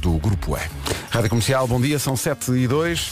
do Grupo E. Rádio Comercial, bom dia, são 7 e 2.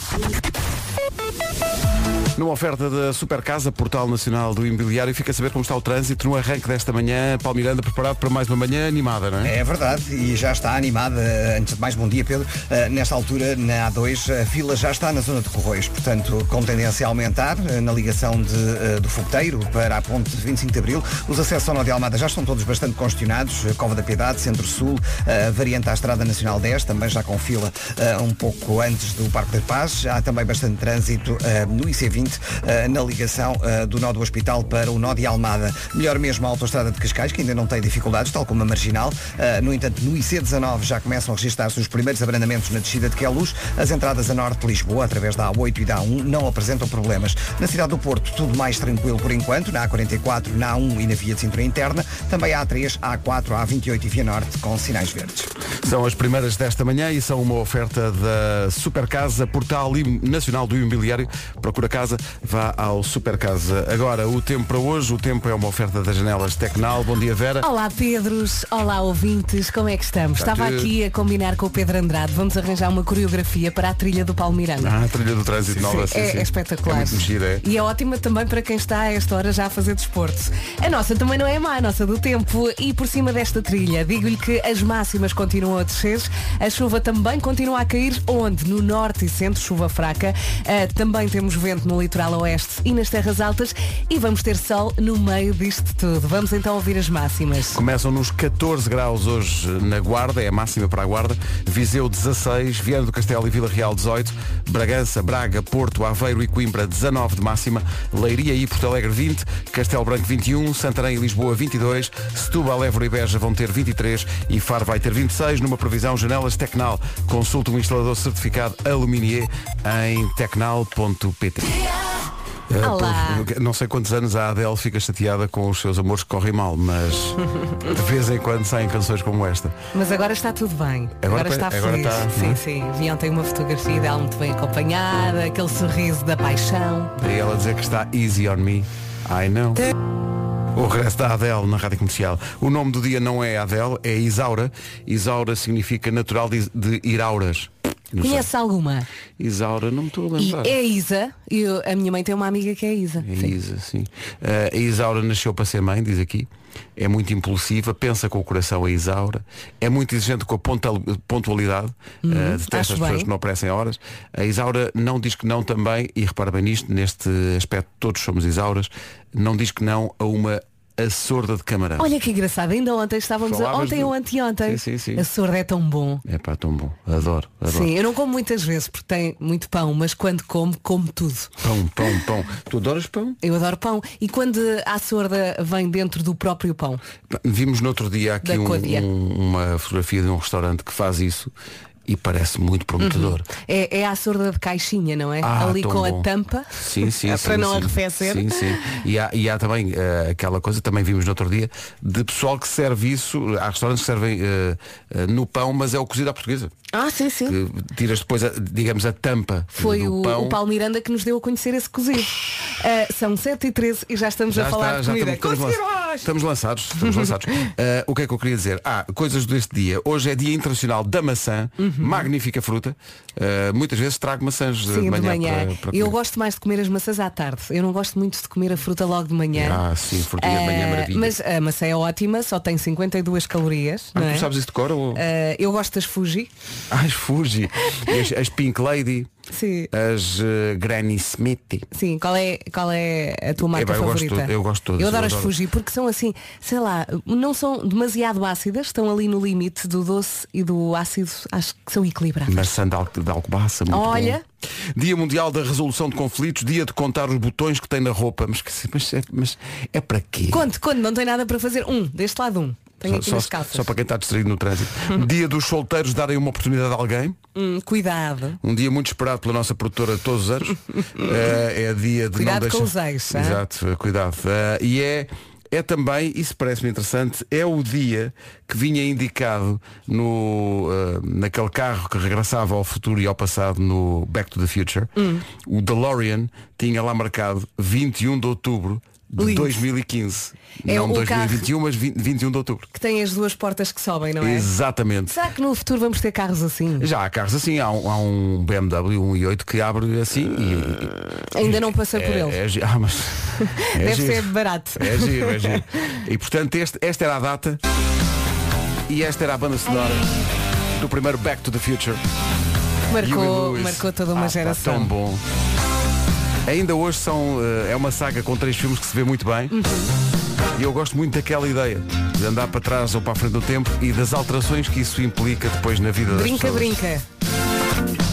Numa oferta da Supercasa, Portal Nacional do Imobiliário, fica a saber como está o trânsito no arranque desta manhã. Paulo Miranda preparado para mais uma manhã animada, não é? É verdade, e já está animada. Antes de mais, bom dia, Pedro. Ah, Nesta altura, na A2, a fila já está na zona de Corroios, portanto, com tendência a aumentar ah, na ligação de, ah, do Fogoteiro para a ponte de 25 de Abril. Os acessos ao Nó de Almada já estão todos bastante congestionados. Ah, Cova da Piedade, Centro-Sul, ah, variante à Estrada Nacional 10, também já com fila ah, um pouco antes do Parque da Paz. Há também bastante trânsito ah, no IC20, ah, na ligação ah, do Nó do Hospital para o Nó de Almada. Melhor mesmo a Autostrada de Cascais, que ainda não tem dificuldades, tal como a Marginal. Ah, no entanto, no IC19 já começam a registrar-se os primeiros abrandamentos na descida de Queluz. As entradas a norte de Lisboa, através da A8 e da A1, não apresentam problemas. Na cidade do Porto, tudo mais tranquilo por enquanto, na A44, na A1 e na via de cintura interna. Também a A3, A4, A28 e via norte, com sinais verdes. São as primeiras desta manhã e são uma oferta da Supercasa, portal im- nacional do imobiliário. Procura casa, vá ao Supercasa. Agora, o tempo para hoje, o tempo é uma oferta das janelas Tecnal. Bom dia, Vera. Olá Pedros, olá ouvintes, como é que estamos? Está Estava Tá tudo. aqui a combinar com o Pedro Andrade, vamos arranjar uma coreografia para a trilha do Palmeiranda. Ah, a trilha do trânsito nova. sim, é, sim. é espetacular. É muito mexida, é? E é ótima também para quem está a esta hora já a fazer desporto. A nossa também não é má, a nossa do tempo. E por cima desta trilha, digo-lhe que as máximas continuam a descer, a chuva também continua a cair, onde? No norte e centro, chuva fraca. Ah, também temos vento no litoral oeste e nas terras altas e vamos ter sol no meio disto tudo. Vamos então ouvir as máximas. Começam nos 14 graus hoje na Guarda, é a máxima para a Guarda. Viseu 16, Viana do Castelo e Vila Real 18, Bragança, Braga, Porto, Aveiro e Coimbra 19 de máxima, Leiria e Porto Alegre 20, Castelo Branco 21, Santarém e Lisboa 22, Setúbal, Évora e Beja vão ter 23 e Faro vai ter 26 numa previsão Janelas Tecnal. Consulte um instalador certificado Aluminier em tecnal.pt. Ah, Eh, Olá. pelo- Não sei quantos anos a Adele fica chateada com os seus amores que correm mal, mas de vez em quando saem canções como esta. Mas agora está tudo bem. Agora Agora, pa- está agora feliz. está, não é? sim, sim. Vi ontem uma fotografia dela muito bem acompanhada, aquele sorriso da paixão. Daí ela dizer que está easy on me. I know. O regresso da Adele na Rádio Comercial. O nome do dia não é Adele, é Isaura. Isaura significa natural de, de Irauras. Não sei. Conhece alguma? Isaura, é. não me estou a E lembrar. é a Isa. Eu, a minha mãe tem uma amiga que é a Isa. É Sim. Isa, sim. Ah, a Isaura nasceu para ser mãe, diz aqui. É muito impulsiva, pensa com o coração a Isaura. É muito exigente com a pontual- pontualidade. ah, detesta Uhum. acho as pessoas bem. que não aparecem a horas. A Isaura não diz que não também, e repara bem nisto, neste aspecto todos somos Isauras, não diz que não a uma açorda de camarão. Olha que engraçado, ainda ontem estávamos a... Falavas Ontem de- ou anteontem. Sim, sim, É sim. A sorda é tão bom. É pá, tão bom. Adoro, adoro. Sim, eu não como muitas vezes porque tem muito pão, mas quando como, como tudo. Pão, pão, pão. Tu adoras pão? Eu adoro pão. E quando a sorda vem dentro do próprio pão? Vimos no outro dia aqui Da um- Códia. um- uma fotografia de um restaurante que faz isso e parece muito prometedor. É, é a sorda de caixinha, não é? Ah, Ali tão com bom. a tampa. Sim, sim, para sim, não sim. arrefecer. Sim, sim. E há, e há também eh, aquela coisa, também vimos no outro dia, de pessoal que serve isso, há restaurantes que servem eh, eh, no pão, mas é o cozido à portuguesa. Ah, sim, sim. Que tiras depois, a- digamos, a tampa Foi do o, pão. o Paulo Miranda que nos deu a conhecer esse cozido. Ah, são 7 e 13 e já estamos a falar de comida. estamos, estamos lan- Conseguimos! estamos lançados. Estamos lançados. Ah, o que é que eu queria dizer? Ah, coisas deste dia. Hoje é Dia Internacional da Maçã, magnífica fruta. Ah, muitas vezes trago maçãs eh, de Uhum. Sim, de manhã, manhã. para, para Eu comer. gosto mais de comer as maçãs à tarde. Eu não gosto muito de comer a fruta logo de manhã. Ah, sim, frutinha de manhã é Ah, maravilha. Mas a maçã é ótima, só tem 52 calorias. Ah, não é? tu sabes isso de cor? Ou... Ah, eu gosto das Fuji. As Fuji, as, as Pink Lady, Sim. as eh, Granny Smith. Sim, qual é, qual é a tua marca pá, eu gosto favorita? de- eu gosto de todas, Eu adoro eu as adoro. Fuji porque são assim, sei lá, não são demasiado ácidas, estão ali no limite do doce e do ácido, acho que são equilibradas. Marçã de, Al de Alcobaça, muito Olha. bom. Dia Mundial da Resolução de Conflitos, dia de contar os botões que tem na roupa. Mas, que- mas, é- mas é para quê? Conte, conte, não tem nada para fazer. Um, deste lado um. Tenho aqui só, nas só, calças. só para quem está distraído no trânsito. dia dos solteiros darem uma oportunidade a alguém. Hum, cuidado. Um dia muito esperado pela nossa produtora de todos os anos. Eh, é dia de Cuidado não com deixar... os ex, hã? Exato, eh, cuidado. Eh, e é, é também, isso parece-me interessante, é o dia que vinha indicado no, eh, naquele carro que regressava ao futuro e ao passado Hum. no Back to the Future. O DeLorean tinha lá marcado 21 de outubro de Lindo. 2015. É não o 2021, mas 20 21 de outubro. Que tem as duas portas que sobem, não é? Exatamente. Será que no futuro vamos ter carros assim? Já há carros assim, há um, há um BMW 1.8 que abre assim e, Ainda não passei é, por ele. é gi- ah, mas é Deve giro. ser barato. É giro, é giro. E portanto este- esta era a data e esta era a banda sonora do primeiro Back to the Future. É. Huey Marcou, Lewis. marcou toda uma Ah, pá, geração. tão bom. Ainda hoje são, eh, é uma saga com três filmes que se vê muito bem. Uhum. E eu gosto muito daquela ideia de andar para trás ou para a frente do tempo e das alterações que isso implica depois na vida das Brinca, pessoas. brinca.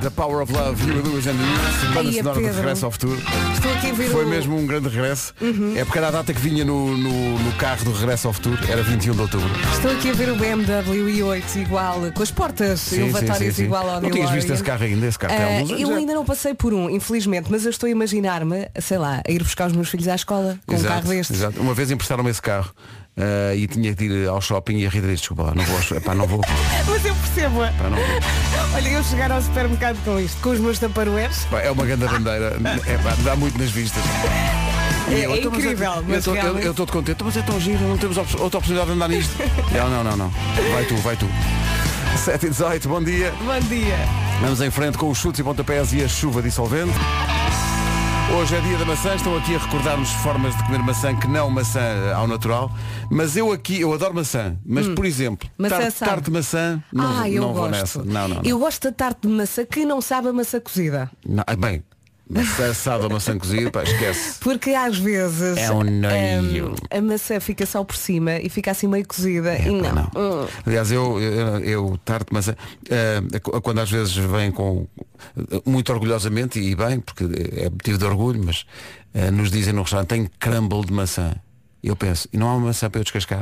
The Power of Love, Huey Lewis and the News, banda Ai, é sonora do Pedro. Uhum. Regresso ao Futuro. Estou aqui a ver Foi o- mesmo um grande regresso. É porque era a data que vinha no, no, no carro do Regresso ao Futuro, era 21 de outubro. Estou aqui a ver o BMW i8 igual, com as portas elevatórias igual ao Não tinhas visto DeLorean. esse carro ainda, esse carro tem Ah, alguns anos é. eu já. ainda não passei por um, infelizmente, mas eu estou a imaginar-me, sei lá, a ir buscar os meus filhos à escola com um carro destes. exato. Uma vez emprestaram-me esse carro eh, e tinha que ir ao shopping e a Rita disse, desculpa lá, não vou, ao- epá, não vou, Mas eu percebo. epá, não vou. Olha, eu chegar ao supermercado com isto, com os meus taparueres. Pá, é uma grande bandeira, é, pá, dá muito nas vistas. E É- eu, é "Então, mas incrível, eu- mas eu tô- eu- realmente- Eu estou de contente, mas é tão giro, não temos op- outra oportunidade de andar nisto. não, não, não, não. Vai tu, vai tu. 7 e 18, bom dia. Bom dia. Vamos em frente com os chutes e pontapés e a chuva dissolvente. Hoje é dia da maçã, estão aqui a recordar-nos formas de comer maçã que não maçã eh, ao natural. Mas eu aqui, eu adoro maçã, mas por exemplo, Hum. Maçã tarte, sabe. tarte de maçã, não, ah, eu não vou gosto. nessa. Não, não, não. Eu gosto da tarte de maçã que não sabe a maçã cozida. Não, ah, Bem, maçã assada ou maçã cozida, pá, esquece. Porque às vezes É um nojo. hum, a maçã fica só por cima e fica assim meio cozida. e É, Pá, não. não. Hum. Aliás, eu, eu, eu tarte de maçã, eh, qu- quando às vezes vem com eh, muito orgulhosamente e bem, porque é motivo de orgulho, mas eh, nos dizem no restaurante tem crumble de maçã. Eu penso, e não há uma maçã para eu descascar.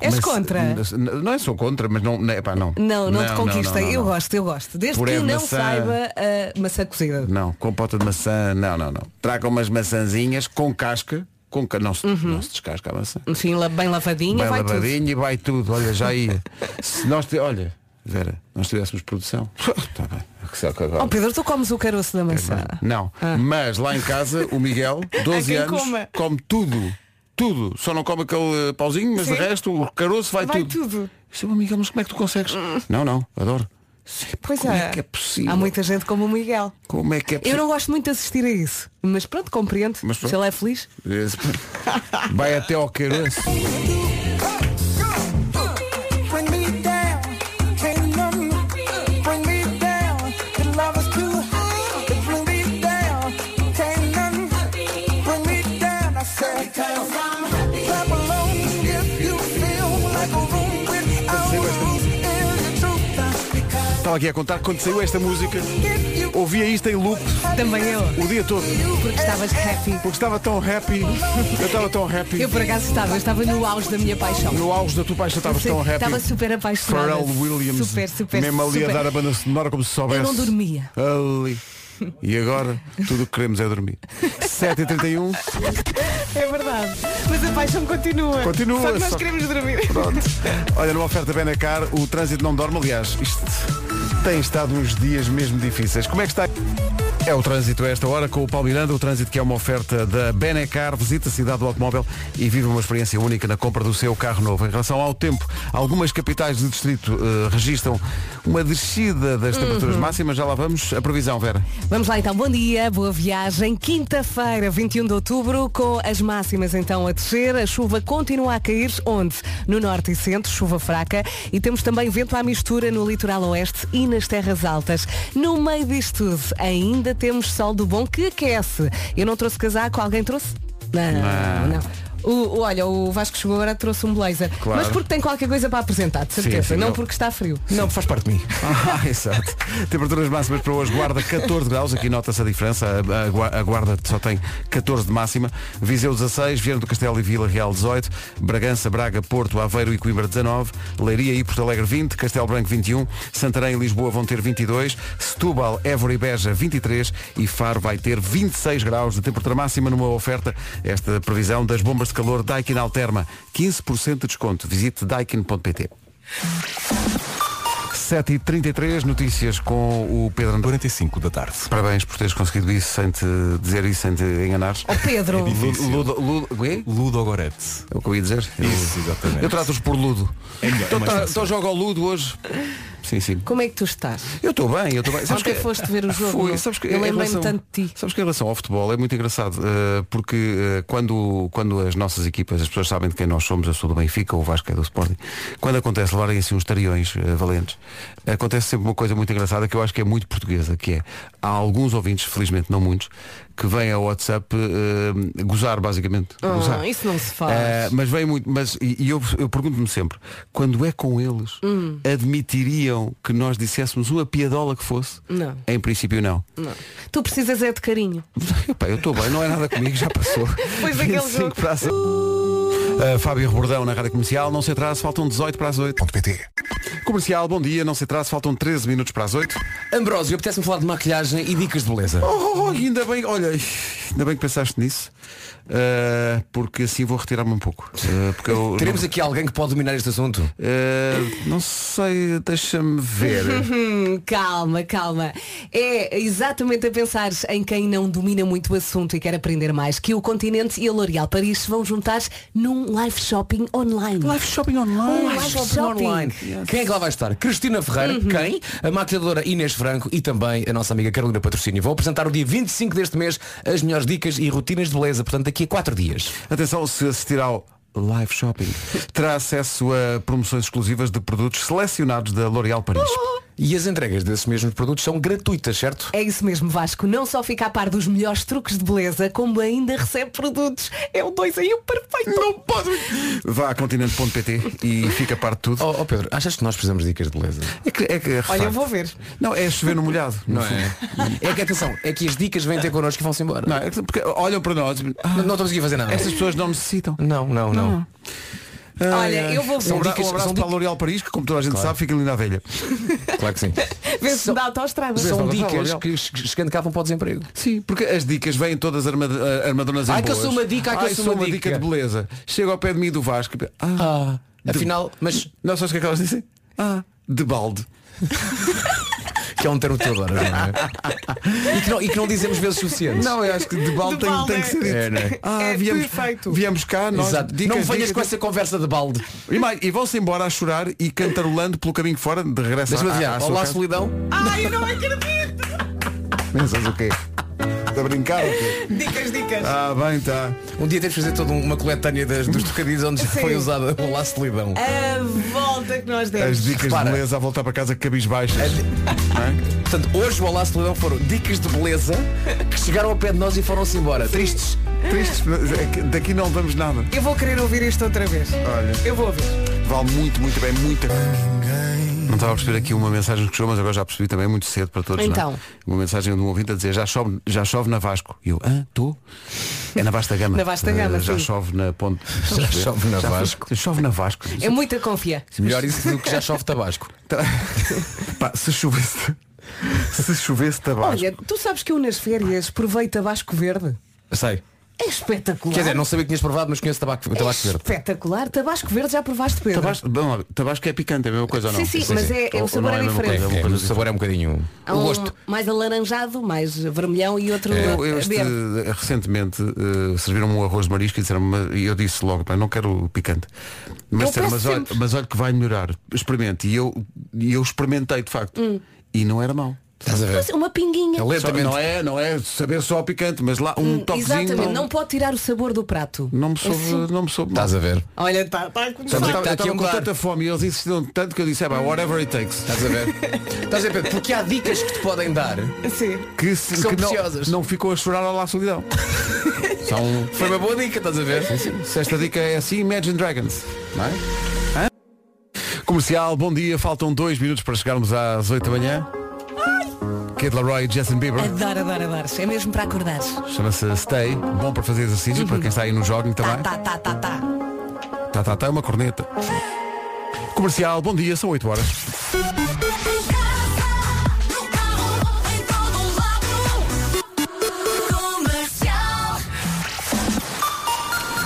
És Mas, contra? mas, n- Não é só contra, mas não, não, epá, não. Não, não, te não, conquista. não, não, eu não. gosto, eu gosto. Desde Puré que de não maçã. saiba a maçã cozida. Não, compota de maçã, não, não, não. Tragam umas maçãzinhas com casca, com ca... não, se, Uhum. não se descasca a maçã. Enfim, Assim, la- bem lavadinha, Bem vai lavadinha e vai tudo, olha, já ia. se nós, te- olha, Vera, nós tivéssemos produção. Está bem. É que saco agora. tudo. Oh Pedro, tu comes o caroço da maçã. Ah. Não, mas lá em casa o Miguel, 12 Há quem anos, coma. come tudo. Tudo. Só não come aquele eh, pauzinho, mas Sim. de resto o caroço vai, Vai tudo. tudo. Hum. Isto é, Miguel, mas como é que tu consegues? Não, não, adoro. Sim, Pois como é. é que é possível? Há muita gente como o Miguel. Como é que é Eu possível? não gosto muito de assistir a isso. Mas pronto, compreendo. Mas pronto. Se ele é feliz. Esse- Vai até ao caroço. Estava aqui a contar que quando saiu esta música. Ouvia isto em loop Também eu. o dia todo. Porque estavas happy. Porque estava tão happy. Eu estava tão happy. Eu por acaso estava. Eu estava no auge da minha paixão. No auge da tua paixão estavas Então. Sim, tão happy. estava super apaixonada. Pharrell Williams. Super, super, mesmo ali super. a dar a banda sonora como se soubesse. Eu não dormia. Ali. E agora tudo o que queremos é dormir. 7h31. É verdade. Mas a paixão continua. Continua, Só que nós só- queremos dormir. Pronto. Olha, numa oferta Benacar, o trânsito não dorme. Aliás, isto tem estado uns dias mesmo difíceis. Como é que está? É o trânsito a esta hora com o Paulo Miranda, o trânsito que é uma oferta da Benecar, visita a cidade do automóvel e vive uma experiência única na compra do seu carro novo. Em relação ao tempo, algumas capitais do distrito eh, registram uma descida das temperaturas máximas. Já lá vamos. A previsão, Vera. Vamos lá então, bom dia, boa viagem. Quinta-feira, 21 de outubro, com as máximas então a descer. A chuva continua a cair onde? No norte e centro, chuva fraca. E temos também vento à mistura no litoral oeste e nas terras altas. No meio disto tudo, ainda temos sol do bom que aquece. Eu não trouxe casaco, alguém trouxe? Não, não. O, o- olha, o Vasco chegou agora trouxe um blazer. Claro. Mas porque tem qualquer coisa para apresentar, de certeza. sim, não eu- porque está frio. Não, faz parte de mim. Ah, exato. Temperaturas máximas para hoje. Guarda 14 graus, aqui nota-se a diferença. A, a Gua- a Guarda só tem 14 de máxima. Viseu 16, Viana do Castelo e Vila Real 18, Bragança, Braga, Porto, Aveiro e Coimbra 19, Leiria e Porto Alegre 20, Castelo Branco 21, Santarém e Lisboa vão ter 22, Setúbal, Évora e Beja 23 e Faro vai ter 26 graus de temperatura máxima numa oferta. Esta previsão das bombas de calor Daikin Alterma. 15% de desconto. Visite daikin.pt. 7h33, notícias com o Pedro Andrade. 45 da tarde. Parabéns por teres conseguido isso sem te dizer isso, sem te enganares. Ó Pedro, É difícil. Ludo, Ludo, é? Ludo Gorete. É o que eu ia dizer? Isso, Eu, exatamente. eu trato-os por Ludo. É melhor, é então mais tá- fácil. então joga ao Ludo hoje. Sim, sim. como é que tu estás? Eu estou bem, eu estou bem. Ontem foste ver o jogo, Fui, não? sabes que Eu em lembrei-me relação- tanto de ti. Sabes que em relação ao futebol é muito engraçado, eh, porque eh, quando, quando as nossas equipas, as pessoas sabem de quem nós somos, eu sou do Benfica, o Vasco é do Sporting, quando acontece levarem assim uns tariões eh, valentes, acontece sempre uma coisa muito engraçada que eu acho que é muito portuguesa, que é, há alguns ouvintes, felizmente não muitos, que vêm ao WhatsApp eh, gozar, basicamente. Ah, gozar. isso não se faz. Eh, mas vem muito, mas e, e eu, eu pergunto-me sempre, quando é com eles, Hum. admitiriam que nós disséssemos uma piadola que fosse? Não. Em princípio não. Não. Tu precisas é de carinho. Epá, eu estou bem, não é nada comigo, já passou. Pois daquele 25 jogo. para as- A Fábio Rebordão na Rádio Comercial, não se atrase, faltam 18 para as 8. Comercial, bom dia, não se atrase, faltam 13 minutos para as 8. Ambrósio, apetece-me falar de maquilhagem e dicas de beleza. Oh, ainda bem, olha, ainda bem que pensaste nisso, eh, porque assim vou retirar-me um pouco. eh, porque eu Teremos não, aqui alguém que pode dominar este assunto. eh, não sei, deixa-me ver. Hum, Calma, calma. É exatamente a pensar em quem não domina muito o assunto e quer aprender mais que o Continente e a L'Oréal Paris se vão juntar num live shopping online. Live shopping online. Um live shopping online. Quem é que lá vai estar? Cristina Ferreira, quem? A maquilhadora Inês Franco e também a nossa amiga Carolina Patrocínio. Vão apresentar o dia 25 deste mês as melhores dicas e rotinas de beleza, portanto daqui a 4 dias. Atenção, se assistir ao live shopping, terá acesso a promoções exclusivas de produtos selecionados da L'Oréal Paris. E as entregas desses mesmos produtos são gratuitas, certo? É isso mesmo, Vasco. Não só fica a par dos melhores truques de beleza, como ainda recebe produtos. É o dois aí o perfeito. Não pode. Vá a continente.pt e fica a par de tudo. Oh, oh, Pedro, achas que nós precisamos de dicas de beleza? É que, é que, é Olha, eu facto. vou ver. Não, é chover no molhado. no Não fundo. é? É que atenção, é que as dicas vêm ter connosco e vão-se embora. Não, é porque olham para nós. Ah, Não, não estamos aqui a fazer nada. Estas pessoas não necessitam. Não, não, não. Olha, eu vou ver. Um abraço, um São abraço dicas- para a L'Oréal Paris, que como toda a gente sabe, fica linda a velha. Claro que sim. Vê se dá autoestrada. um Vês, São Paulo, dicas Paulo, que che- chegando cá vão para o desemprego. Sim, porque as dicas vêm todas armad ah, armadonas em Ai, que eu boas. sou uma dica, ai, que eu sou uma dica. de beleza. Chego ao pé de mim e do Vasco. e pe- Ah, Afinal, mas Não sabes o que é que elas dizem? Ah, de balde. que é um termo que tu adoras, não é? E que não, e que não dizemos vezes suficientes. Não, eu acho que de balde, De tem- balde tem, que ser dito. é, não é? Ah, É viemos, perfeito. viemos cá, nós Exato. dicas, não venhas dicas, com essa conversa de balde. dicas. E, mais, e vão-se embora a chorar e cantarolando pelo caminho fora, de regresso Deixa-me à- à- à adivinhar. sua Olá, casa. solidão. Ai, eu não acredito. Pensas o quê? Está a brincar? ou quê? Dicas, dicas. Ah, bem, está. Um dia tens de fazer toda uma coletânea das, dos trocadilhos onde Sim. foi usada o Olá, solidão. A volta que nós As demos. dicas Repara. de beleza a voltar para casa cabisbaixas. Portanto, hoje o Olá, solidão foram dicas de beleza que chegaram ao pé de nós e foram-se embora. Tristes. Tristes, mas é que daqui não levamos nada. Eu vou querer ouvir isto outra vez. Olha. Eu vou ouvir. Vale muito, muito bem, muita. Não estava a perceber aqui uma mensagem que chegou, mas agora já percebi também muito cedo para todos. Então. não é? Uma mensagem de um ouvinte a dizer já chove, já chove na Vasco. E eu, ah, tu? É na Vasta Gama. Na Vasta Gama, Eh, já sim. chove na ponte. Já chove na Já foi- Vasco. Chove na Vasco. Tá. É muita confia. Melhor isso do que já chove tabasco. Pá, se chovesse. Se chovesse tabasco. Olha, tu sabes que eu nas férias provei tabasco verde. Sei. É espetacular. Quer dizer, não sabia que tinhas provado, mas conheço tabaco, é tabaco verde. espetacular. Tabasco verde já provaste, Pedro. Tabasco, vamos lá, tabasco é picante, é a mesma coisa ou não? Sim, sim, mas é- é- o Ou- sabor ou não é a mesma coisa, diferente. é uma É, coisa mas o sabor é um bocadinho. Há O um gosto. Mais alaranjado, mais vermelhão e outro Eu, eh, É, eu este, verde. eh, recentemente eh, serviram-me um arroz de marisco e disseram-me, e eu disse logo, "Pá, não quero picante. Mas Eu disseram, peço mas olha, sempre. mas olha que vai melhorar. Experimente. E eu, e eu experimentei de facto. Hum. E não era mau. Estás a ver? Mas Uma pinguinha. Só- Lentamente. não é, não é saber só picante, mas lá um toquezinho. Hum, Exatamente, não, não pode tirar o sabor do prato. não me soube, Assim. não me soube. mal. Estás a ver? Olha, está tá Eu a começar. Estamos- estava- Está eu aqui estava a com mudar. tanta fome e eles insistiram tanto que eu disse, é pá, whatever it takes. Estás a ver? Estás a ver, Pedro? Porque há dicas que te podem dar. Sim. Que, se- Que são não, preciosas. não ficou a chorar ao lá solidão. São- Foi uma boa dica, estás a ver? Se esta dica é assim, Imagine Dragons. Não é? Hã? Comercial, bom dia, faltam dois minutos para chegarmos às 8 da manhã. Kid Laroi e Justin Bieber, Adoro, adoro, adoro. É mesmo para acordar. chama-se Stay, bom para fazer exercício, para quem está aí no jogging Tá, também. tá, tá, tá, tá. Tá, tá, tá, é uma corneta. Comercial, bom dia, são 8 horas.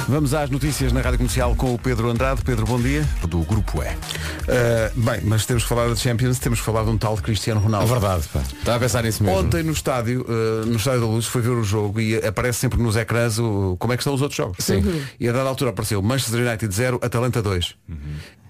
Vamos às notícias na Rádio Comercial com o Pedro Andrade. Pedro, bom dia. Do grupo E. Uh, bem, mas temos que falar da Champions, temos que falar de um tal Cristiano Ronaldo. É Verdade, pá. Estava a pensar nisso mesmo. Ontem no estádio, eh, no estádio da Luz, foi ver o jogo e aparece sempre nos ecrãs o, como é que estão os outros jogos. Sim. Uhum. E a dada altura apareceu Manchester United 0, Atalanta 2.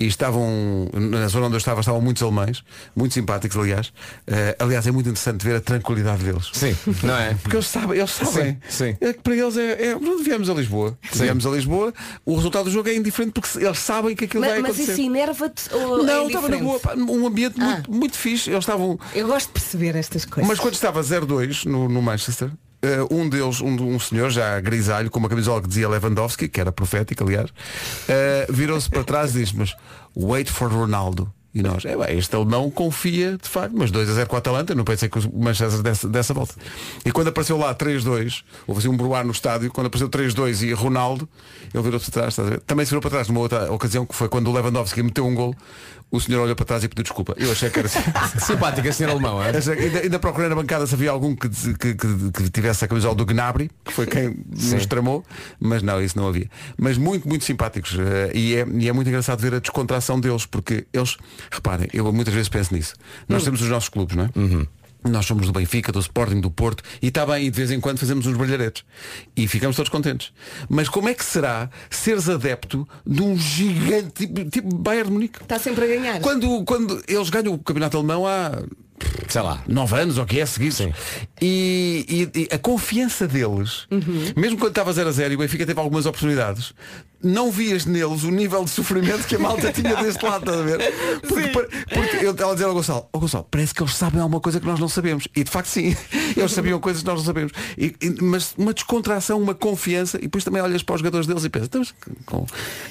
E estavam, na zona onde eu estava, estavam muitos alemães, muito simpáticos, aliás. Eh, aliás, é muito interessante ver a tranquilidade deles. Sim, não é? Porque eles sabem, eles sabem. sim. É que para eles é, é não viemos a Lisboa. Viemos a Lisboa, o resultado do jogo é indiferente porque se- eles sabem que aquilo Ma- vai mas acontecer. isso enerva-te ou é não, estava na indiferente? boa, pá, um ambiente Ah. muito, muito fixe. Eles estavam Eu gosto de perceber estas coisas. mas quando estava 0-2 no, no Manchester, eh, um deles, um, um senhor já grisalho, com uma camisola que dizia Lewandowski, que era profético, aliás, eh, virou-se para trás e disse, mas wait for Ronaldo. E nós, é bem, este alemão confia, de facto, mas 2 a 0 com a Atalanta, não pensei que o Manchester dessa, dessa volta. E quando apareceu lá 3-2, houve assim um bruar no estádio, quando apareceu 3-2 e Ronaldo, ele virou-se para trás, estás a ver? também se virou para trás numa outra ocasião, que foi quando o Lewandowski meteu um gol, o senhor olhou para trás e pediu desculpa. Eu achei que era assim. Simpática, senhor alemão, é? Essa- Ainda, ainda procurei na bancada se havia algum que, des- que- que- que tivesse a camisola do Gnabry, que foi quem nos tramou, mas não, isso não havia. Mas muito, muito simpáticos. eh, E é, e é muito engraçado ver a descontração deles, porque eles, reparem, eu muitas vezes penso nisso. Hum. Nós temos os nossos clubes, não é? Uhum. Nós somos do Benfica, do Sporting, do Porto e está bem, e de vez em quando fazemos uns brilharetes e ficamos todos contentes. Mas como é que será seres adepto de um gigante tipo, tipo Bayern de Munique? Está sempre a ganhar. Quando, quando eles ganham o campeonato alemão há Sei lá. 9 anos ou que é seguidos. E, e- e a confiança deles, mesmo quando estava 0 a 0 e o Benfica teve algumas oportunidades, não vias neles o nível de sofrimento que a malta tinha deste lado, estás a ver? Porque, par- porque eu estava a dizer ao Gonçalo, "Ó Gonçalo, parece que eles sabem alguma coisa que nós não sabemos. E de facto sim, eles sabiam coisas que nós não sabemos. E- e- mas uma descontração, uma confiança, e depois também olhas para os jogadores deles e pensas, "Então, mas com,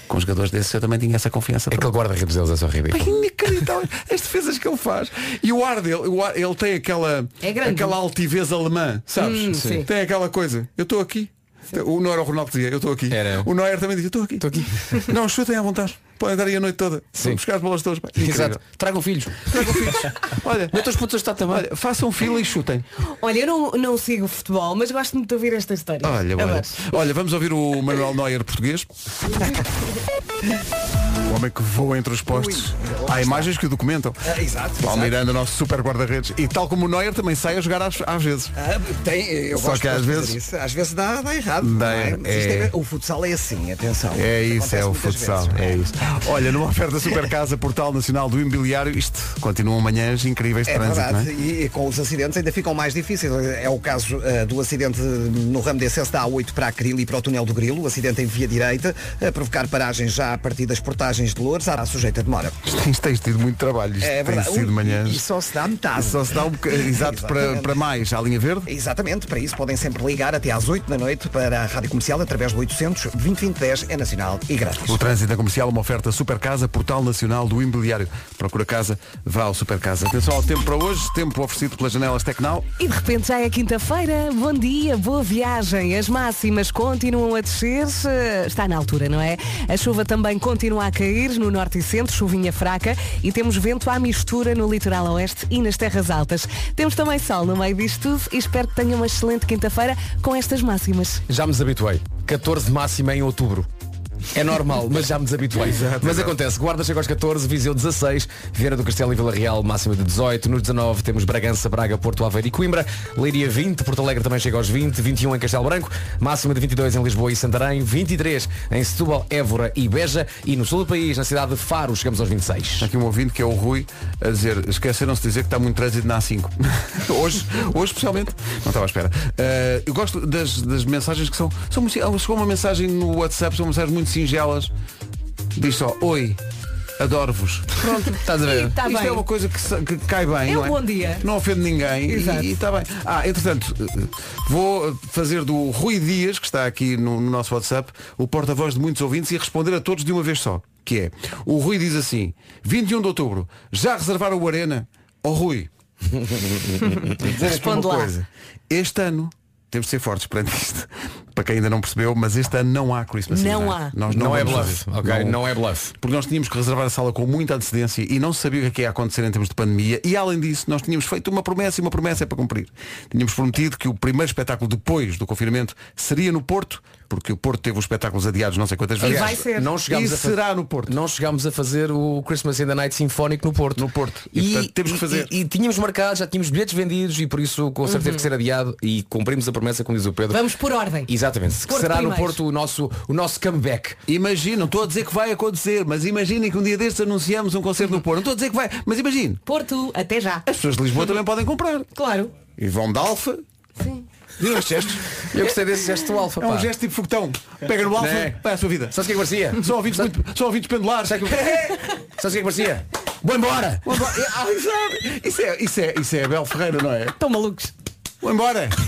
com os jogadores desses eu também tinha essa confiança. toda." Aquele guarda-redes deles é só Pá, ridículo. inacreditável as defesas que ele faz e o ar dele o ar- ele tem aquela É grande. aquela altivez alemã sabes Hum, Sim. sim. tem aquela coisa eu estou aqui o não era o Ronaldo que dizia eu estou aqui Era. o Neuer também dizia eu estou aqui. aqui. não chutem à vontade podem dar aí a noite toda Sim. Vou buscar as bolas todas Pá, Exato. incrível. Tragam filhos. Tragam filhos. olha Metam os putos a estar também. olha, façam fila e chutem Olha, eu não, não sigo futebol, mas gosto muito de ouvir esta história. olha olha. Adoro. olha vamos ouvir o Manuel Neuer português o homem que voa entre os postes há imagens que o documentam Ah, exato. Paulo exato. Miranda, nosso super guarda-redes. E tal como o Neuer também sai a jogar às, às vezes. Ah, tem, eu Só gosto que às de fazer vezes- isso. às vezes dá, dá errado. Dá, não é? Mas isto é. é- O futsal é assim, atenção. É Isto isso, é acontece o muitas futsal. vezes. É isso. Olha, numa oferta Super Casa, Portal Nacional do Imobiliário, isto continuam manhãs incríveis de É trânsito, verdade, não é? e, e com os acidentes ainda ficam mais difíceis. É o caso eh, do acidente no ramo de acesso da A8 para a Cril e para o túnel do Grilo, o acidente em via direita, a provocar paragens já a partir das portagens de Loures, à sujeita demora. Isto tens, tens tido muito trabalho, isto É tem verdade. sido Ui, manhãs. E só se dá metade. Só se dá um bocadinho, exato, para, Exatamente. para mais, à linha verde. Exatamente, para isso podem sempre ligar até às 8 da noite para a Rádio Comercial através do 800 2010 é nacional e grátis. O trânsito da comercial, uma oferta Super Casa, Portal Nacional do Imobiliário. Procura casa, vá ao Super Casa. Atenção ao tempo para hoje, tempo oferecido pelas janelas Tecnal. E de repente já é quinta-feira. Bom dia, boa viagem. As máximas continuam a descer. eh, Está na altura, não é? A chuva também continua a cair no norte e centro, chuvinha fraca. E temos vento à mistura no litoral oeste e nas terras altas. Temos também sol no meio disto tudo e espero que tenham uma excelente quinta-feira com estas máximas. Já me habituei. 14 de máxima em outubro. É normal, mas já me desabituei. mas acontece, Guarda chega aos 14, Viseu 16, Vieira do Castelo e Vila Real, máxima de 18, nos 19 temos Bragança, Braga, Porto Aveiro e Coimbra, Leiria 20, Porto Alegre também chega aos 20, 21 em Castelo Branco, máxima de 22 em Lisboa e Santarém, 23 em Setúbal, Évora e Beja e no sul do país, na cidade de Faro, chegamos aos 26. Aqui um ouvinte que é o Rui a dizer, esqueceram-se de dizer que está muito trânsito na A5. hoje, hoje especialmente. Não estava à espera. Eh, eu gosto das, das mensagens que são. são muito, ah, chegou uma mensagem no WhatsApp, são mensagens muito singelas. Diz só, oi. Adoro-vos. Pronto, estás a ver? Está Isto tá bem. é uma coisa que, sa- que cai bem. É não um bom dia. Não ofende ninguém. e- Exato. E está bem. Ah, entretanto, eh, vou fazer do Rui Dias, que está aqui no, no nosso WhatsApp, o porta-voz de muitos ouvintes e responder a todos de uma vez só. Que é, o Rui diz assim, 21 de outubro, já reservaram o Arena? Ó Rui, dizer aqui Responde uma lá. Este ano, temos de ser fortes perante isto. para quem ainda não percebeu, mas este ano não há Christmas Não Eve há. Night. Nós Não, é vamos bluff, fazer. ok? Não, é bluff. Porque nós tínhamos que reservar a sala com muita antecedência e não sabia o que é que ia acontecer em termos de pandemia e além disso nós tínhamos feito uma promessa e uma promessa é para cumprir. Tínhamos prometido que o primeiro espetáculo depois do confinamento seria no Porto, porque o Porto teve os espetáculos adiados não sei quantas vezes. vai ser. Não chegámos E a fa- será no Porto. Não chegámos a fazer o Christmas in the Night Sinfónico no Porto. No Porto. E, portanto, temos que fazer. E, e tínhamos marcado, já tínhamos bilhetes vendidos e por isso com certeza teve que ser adiado e cumprimos a promessa, como diz o Pedro. Vamos por ordem. Exatamente. Que Porto será no primeiro. Porto o nosso, o nosso comeback. Imagina, estou a dizer que vai acontecer, mas imaginem que um dia destes anunciamos um concerto no Porto. Não estou a dizer que vai, mas imagine, Porto, até já. as pessoas de Lisboa também podem comprar. Claro. E vão de alfa. Sim. Viram os gestos? Eu gostei desse gesto alfa. É um gesto tipo foguetão. Né? Pega no alfa, Não é? vai à sua vida. Sabe o que é que parecia? Só ouvintes, muito- só ouvintes pendulares. Sabe o que Sabes o que é que parecia? Vou embora! Vou embora. Ah, Isso é, isso é, isso é Abel Ferreira, não é? Estão malucos. Vou embora.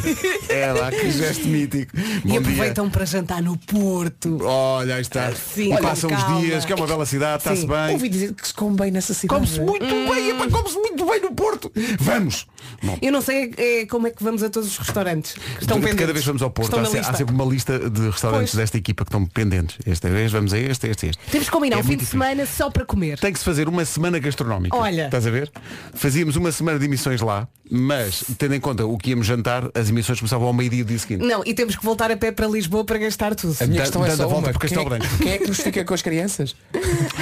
É lá, que gesto mítico. e Bom dia. aproveitam para jantar no Porto. Olha, aí está. Sim, Ah, Olha, com passam calma. os dias, que é uma bela cidade, está-se Sim. bem. dizer que se come bem nessa cidade. Come-se muito bem, epá, come-se muito bem no Porto. Vamos! Bom, Eu não sei eh, como é que vamos a todos os restaurantes. que Estão de pendentes. cada vez que vamos ao Porto, Estão há, na se- há lista. sempre uma lista de restaurantes Pois. desta equipa que estão pendentes. Esta vez vamos a este, a este, a este. Temos que combinar É um fim muito de difícil. semana só para comer. Tem que se fazer uma semana gastronómica. Olha. Estás a ver? Fazíamos uma semana de emissões lá, mas tendo em conta o que íamos jantar, as emissões começavam ao meio-dia do dia seguinte. Não, e temos que voltar a pé para Lisboa para gastar tudo. A minha Da- questão é dando só a volta uma. por Castelo quem, é- Branco. quem é que nos fica com as crianças?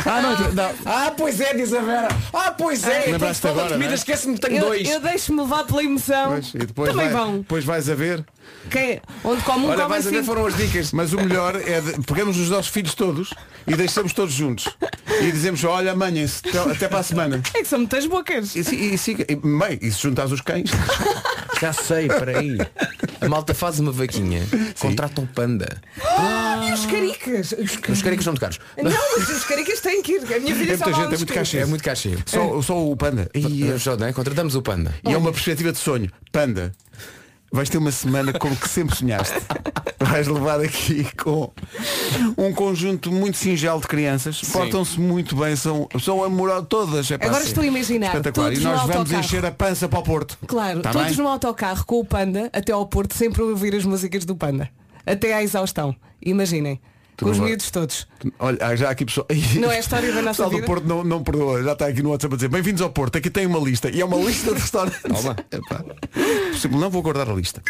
Ah, não, não. Ah, pois é, diz a Vera. Ah, pois é. Lembraste-te Quando se fala de agora, não comida, é? esquece-me que tenho Eu, dois. eu deixo-me levar pela emoção. Pois, e depois Também vai- vão. Depois vais a ver. Quem- Onde come um, Olha, come vais a assim. ver, foram as dicas. Mas o melhor é de, pegamos os nossos filhos todos e deixamos todos juntos. E dizemos, olha, amanhem-se, até, até para a semana. É que são muitas bocas. E, se- e, siga- e, mãe, e se juntares os cães? Já sei, peraí. A malta faz uma vaquinha, contrata um panda. Ah, E os caricas? Os ca- Os caricos são de caros. Não, mas os caricas têm que ir. A minha filha É muita só vai gente, aos é muito caricas. cachê. É muito caro cheio. Só, só o panda. E, Vamos só, não é? Contratamos o panda. e é uma perspectiva de sonho. Panda. Vais ter uma semana como que sempre sonhaste. Vais levar aqui com um conjunto muito singelo de crianças. Portam-se muito bem, são, são amorosos todas. É pá, Agora sim. estou a imaginar, Espetacular. E todos no nós vamos autocarro. encher a pança para o Porto. Claro, Tá todos bem? no autocarro com o Panda até ao Porto sempre a ouvir as músicas do Panda. Até à exaustão. Imaginem. Tu com não os vai- miúdos todos. Olha, há já aqui pessoal. Não é a história da nossa O pessoal do vida? Porto não, não perdoa, já está aqui no WhatsApp a dizer bem-vindos ao Porto, aqui tem uma lista e é uma lista de restaurantes. Toma. Epá. Possível, não vou guardar a lista.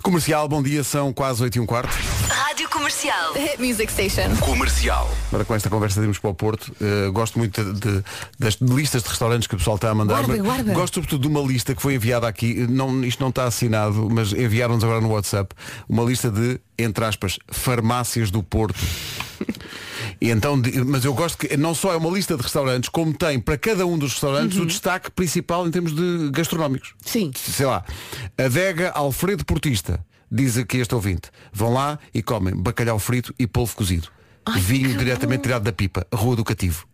Comercial, bom dia, são quase 8 e um quarto. Rádio Comercial. Hit Music Station. Comercial. Agora com esta conversa de irmos para o Porto, eh, gosto muito de- de- das listas de restaurantes que o pessoal está a mandar. Guarda, mas guarda. Gosto sobretudo de uma lista que foi enviada aqui, não, isto não está assinado, mas enviaram-nos agora no WhatsApp, uma lista de, entre aspas, farmácias do Porto. E então, de- mas eu gosto que não só é uma lista de restaurantes, como tem para cada um dos restaurantes o destaque principal em termos de gastronómicos. Uhum. Sim. Sei lá. Adega Alfredo Portista, diz aqui este ouvinte. Vão lá e comem bacalhau frito e polvo cozido. vinho diretamente tirado da pipa, Rua do Cativo.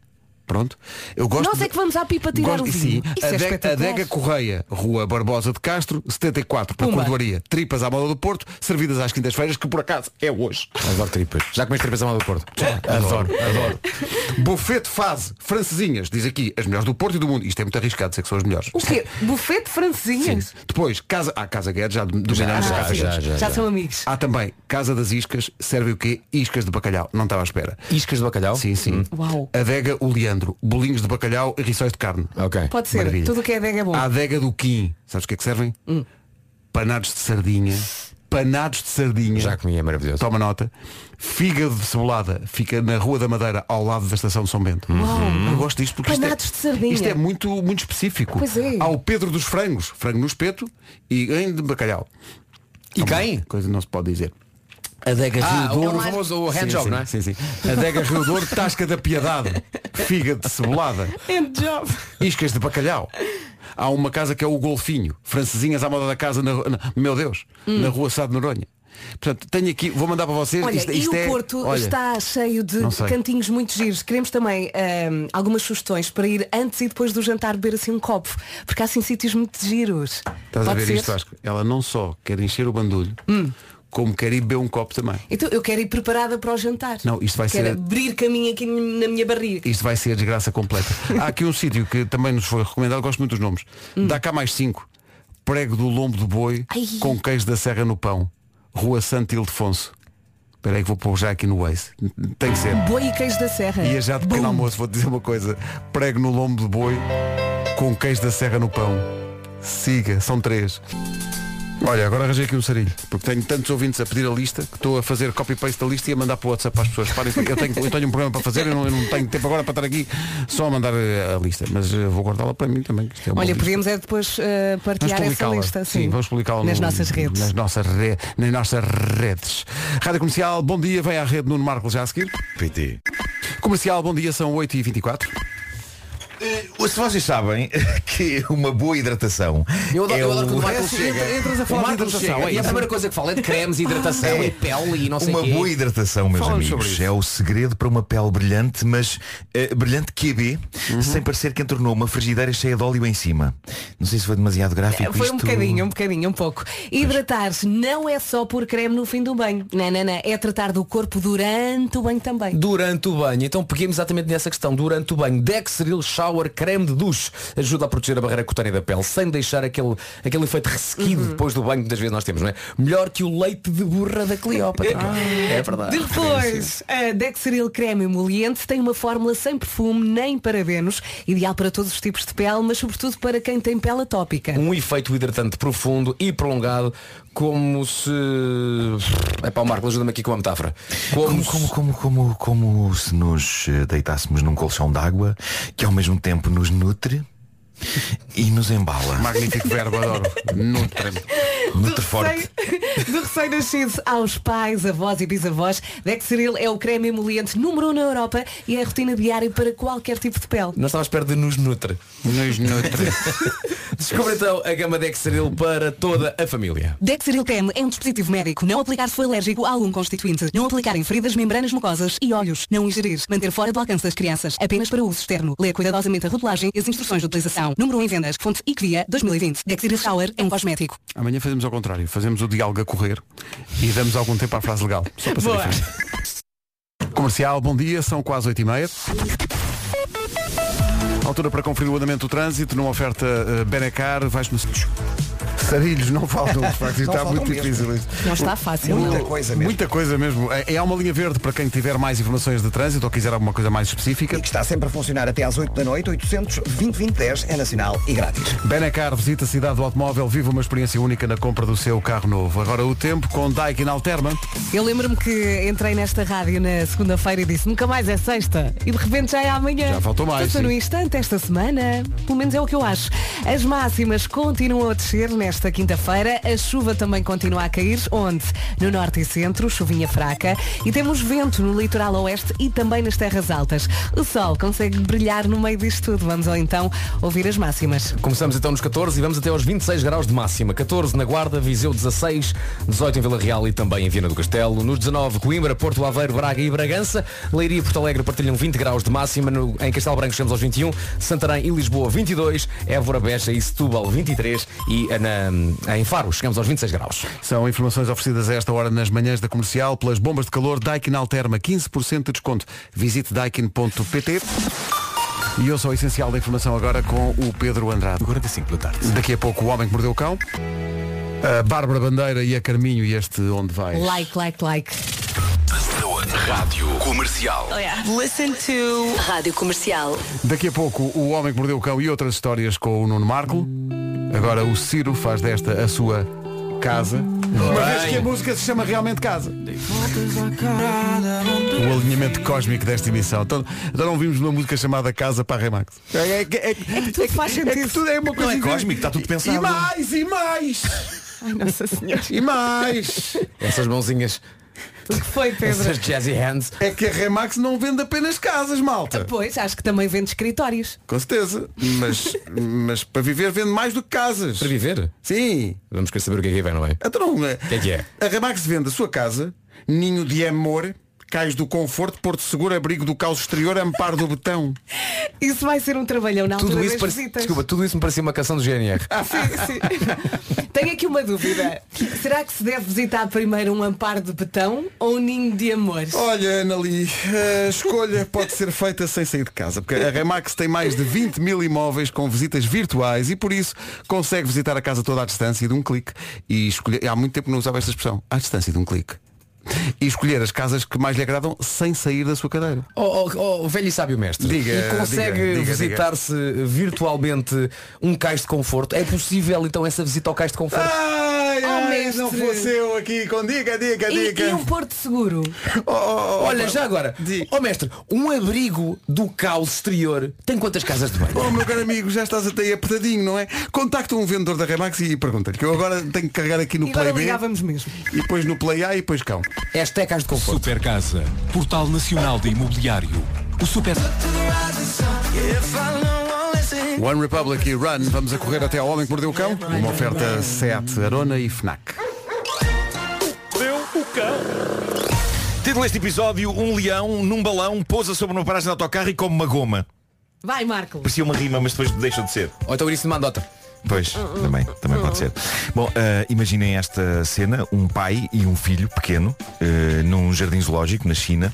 Pronto? Eu gosto Nós é que vamos à pipa tirar o e vinho. Sim, Isso é adega, espetacular. adega Correia, Rua Barbosa de Castro, 74, para Pumba. Cordoaria. Tripas à moda do Porto, servidas às quintas-feiras, que por acaso é hoje. Adoro tripas. Ah, Já comeste tripas a mal do Porto? Adoro, adoro. Buffet fase, francesinhas, diz aqui, as melhores do Porto e do mundo. Isto é muito arriscado, dizer que são as melhores. O quê? Buffet de francesinhas? Depois, casa. Ah, Casa Guedes, já dominamos a já, Casa já, Guedes. já. são amigos. Há também Casa das Iscas, serve o quê? Iscas de bacalhau. Não estava à espera. Iscas de bacalhau? Sim, sim. Uau. Adega o Leandro, bolinhos de bacalhau e rissóis de carne. Ok. Pode ser. Maravilha. Tudo o que é adega é bom. Hum. A adega do Quim, sabes o que é que servem? Panados de sardinha. Panados de sardinha. Já comi, é maravilhoso. Toma nota. Fígado de cebolada. Fica na Rua da Madeira, ao lado da Estação de São Bento. Eu gosto disto porque isto é, Panados de sardinha. isto é muito, muito específico. Pois é. Ao Pedro dos Frangos. Frango no espeto e ganho de bacalhau. E Uma quem? Coisa não se pode dizer. Adega Ah, Rio o, Douro. o famoso o hand Sim, job, sim, não é? Sim, sim. Adega Rio Douro, Tasca da Piedade. Fígado de cebolada. End job. Iscas de bacalhau. Há uma casa que é o Golfinho. Francesinhas à moda da casa na, na- meu Deus, na rua Sá de Noronha. Portanto, tenho aqui, vou mandar para vocês. Hum. Olha, isto, e isto o é- Porto olha, está cheio de não sei. cantinhos muito giros. Queremos também ahm, algumas sugestões para ir antes e depois do jantar beber assim um copo. Porque há assim sítios muito giros. Estás a Pode ver ser? Hum. isto, Vasco? Ela não só quer encher o bandulho, como quer ir beber um copo também. Então eu quero ir preparada para o jantar. Não, isto vai quero ser- abrir caminho aqui na minha barriga. Isto vai ser a desgraça completa. Há aqui um sítio que também nos foi recomendado, gosto muito dos nomes. Dá cá mais cinco. Prego do lombo do boi Hum. Ai. com queijo da serra no pão. Rua Santo Ildefonso. Espera aí que vou pôr já aqui no Waze. Tem que ser. Boi e queijo da serra. Ia já de pequeno Bum. almoço, vou-te dizer uma coisa. Prego no lombo de boi com queijo da serra no pão. Siga, são três. Olha, agora arranjei aqui um sarilho, porque tenho tantos ouvintes a pedir a lista que estou a fazer copy-paste da lista e a mandar para o WhatsApp para as pessoas. Parem, eu, tenho, eu tenho um programa para fazer, eu não, eu não tenho tempo agora para estar aqui só a mandar eh, a lista, mas eh, vou guardá-la para mim também. que isto é uma Olha, lista. podíamos é depois eh, Vamos partilhar essa publicá-la. lista. sim. vamos publicá-la Nas no- nossas redes. Nas nossas, re- nas nossas redes. Rádio Comercial, bom dia, vem à rede Nuno Marco já a seguir. PT. Comercial, bom dia, são 8h24. Se vocês sabem que uma boa hidratação Eu adoro, é eu adoro o- quando o Marco Essa- chega. entras a falar o de Marco hidratação, é chega e isso. a primeira coisa que fala é de cremes, hidratação É. e pele e não sei o uma quê. boa hidratação, meus Fala-nos sobre amigos, isso. é o segredo para uma pele brilhante, mas eh, brilhante QB, Uhum. sem parecer que entornou uma frigideira cheia de óleo em cima. Não sei se foi demasiado gráfico Foi isto. um bocadinho, um bocadinho, um pouco. Hidratar-se não é só pôr creme no fim do banho. Não, não, não. É tratar do corpo durante o banho também. Durante o banho, então peguemos exatamente nessa questão Durante o banho, Dexeril Shower Creme de Duche Ajuda a proteger a barreira cutânea da pele Sem deixar aquele, aquele efeito ressequido Uhum. Depois do banho, que muitas vezes nós temos, não é? Melhor que o leite de burra da Cleópatra É verdade Depois, a Dexeril Creme Emoliente tem uma fórmula sem perfume nem parabenos, ideal para todos os tipos de pele, mas sobretudo para quem tem pele atópica. um efeito hidratante profundo e prolongado como se é para o Marco ajuda-me aqui com uma metáfora Como, se- como, como, como, como se nos eh, deitássemos num colchão d'água que ao mesmo tempo nos nutre e nos embala. Magnífico verbo, adoro. Nutre. Nutre forte. recém- do recém-nascido aos pais, avós e bisavós, Dexeril é o creme emoliente número 1 na Europa e é a rotina diária para qualquer tipo de pele. não estava à espera de nos nutre Nos nutre. descubra então a gama Dexeril para toda a família Dexeril creme é um dispositivo médico. Não aplicar se for alérgico a algum constituinte. Não aplicar em feridas, membranas mucosas e olhos. Não ingerir. Manter fora do alcance das crianças. Apenas para uso externo. Ler cuidadosamente a rotulagem e as instruções de utilização. Número 1 em vendas. Fonte IQVIA 2020. Dexeril Shower é um cosmético. Amanhã fazemos ao contrário. Fazemos o diálogo a correr e damos algum tempo à frase legal. Só para Boa. saber Comercial, bom dia, são quase 8h30. Altura para conferir o andamento do trânsito, numa oferta eh, Benecar, vais-me. Sarilhos não faltam, de facto, Não está faltam muito mesmo. difícil isto. Não está fácil. Muita coisa mesmo. Muita coisa mesmo. É, é uma linha verde para quem tiver mais informações de trânsito ou quiser alguma coisa mais específica. E que está sempre a funcionar até às 8 da noite, 800 2010 é nacional e grátis. Benacar visita a cidade do automóvel, vive uma experiência única na compra do seu carro novo. Agora o tempo com Daikin Alterman. Eu lembro-me que entrei nesta rádio na segunda-feira e disse nunca mais é sexta. E de repente já é amanhã. Já faltou mais, Passou no sim. instante esta semana. Pelo menos é o que eu acho. As máximas continuam a descer nesta quinta-feira. A chuva também continua a cair. Onde? No norte e centro, chuvinha fraca. E temos vento no litoral oeste e também nas terras altas. O sol consegue brilhar no meio disto tudo. Vamos ou então ouvir as máximas. Começamos então nos 14 e vamos até aos 26 graus de máxima. 14 na Guarda, Viseu 16, 18 em Vila Real e também em Viana do Castelo. Nos 19, Coimbra, Porto Aveiro, Braga e Bragança. Leiria e Porto Alegre partilham 20 graus de máxima. No- em Castelo Branco chegamos aos 21, Santarém e Lisboa 22, Évora, Beja e Setúbal 23 e eh, na- em Faro chegamos aos 26 graus. São informações oferecidas a esta hora nas manhãs da comercial pelas bombas de calor Daikin Alterma. 15% de desconto. Visite daikin.pt. E eu sou o essencial da informação agora com o Pedro Andrade. 45 da tarde. Daqui a pouco o homem que mordeu o cão. A Bárbara Bandeira e a Carminho e este onde vais. Like, like, like. Rádio Comercial. Listen to Rádio Comercial. Daqui a pouco o homem que mordeu o cão e outras histórias com o Nuno Marco. Agora o Ciro faz desta a sua casa. Uma vez que a música se chama realmente casa. O alinhamento cósmico desta emissão. Então, já não vimos uma música chamada Casa para a Remax. É, é, que- é, que- que tudo faz é que sentido. tudo é uma coisa. é incrível. cósmico, está tudo pensado. E mais, e mais! Ai, Nossa Senhora. E mais! Essas mãozinhas, O que foi, Pedro? essas jazzy hands. É que a Remax não vende apenas casas, malta. Pois, acho que também vende escritórios. Com certeza. Mas, mas para viver vende mais do que casas. Para viver? Sim. Vamos querer saber o que é que vem, não é? Então, não, é que é que é? A Remax vende a sua casa, ninho de amor, Cais do Conforto, Porto Seguro, Abrigo do Caos Exterior, Amparo do Betão. Isso vai ser um trabalhão na altura Tudo isso, das parecia- visitas. desculpa, tudo isso me parecia uma canção do GNR. Sim, sim. Tenho aqui uma dúvida. Será que se deve visitar primeiro um amparo de betão ou um ninho de amores? Olha, Anali, a escolha pode ser feita sem sair de casa, porque a Remax tem mais de 20 mil imóveis com visitas virtuais e por isso consegue visitar a casa toda à distância de um clique e escolher. Há muito tempo não usava esta expressão, à distância de um clique. E escolher as casas que mais lhe agradam sem sair da sua cadeira. Oh, oh, oh, velho e sábio mestre. Diga, e diga, consegue diga, visitar-se virtualmente um cais de conforto? É possível então essa visita ao cais de conforto? Ai, ai, não fosse eu aqui com dica, dica, Oh, Oh, E, e um porto seguro? Ah, Olha, já agora, Diga. ó mestre, um abrigo do caos exterior tem quantas casas de banho? Oh meu caro amigo, já estás até aí apertadinho, não é? Contacta um vendedor da Remax e pergunta-lhe que eu agora tenho que carregar aqui no E agora Play B ligávamos mesmo. e depois no Play A e depois cão. Esta é cais de conforto. Supercasa, Portal Nacional de Imobiliário. O Super One Republic e Run, vamos a correr até ao Homem que Mordeu o Cão. Uma oferta 7, Arona e FNAC. Título deste episódio, um leão num balão pousa sobre uma paragem de autocarro e come uma goma. Vai, Marco. Parecia uma rima, mas depois deixa de ser. Ou então isso de mandota. Pois, também, também pode ser. Bom, ah, imaginem esta cena, um pai e um filho pequeno, ah, num jardim zoológico na China.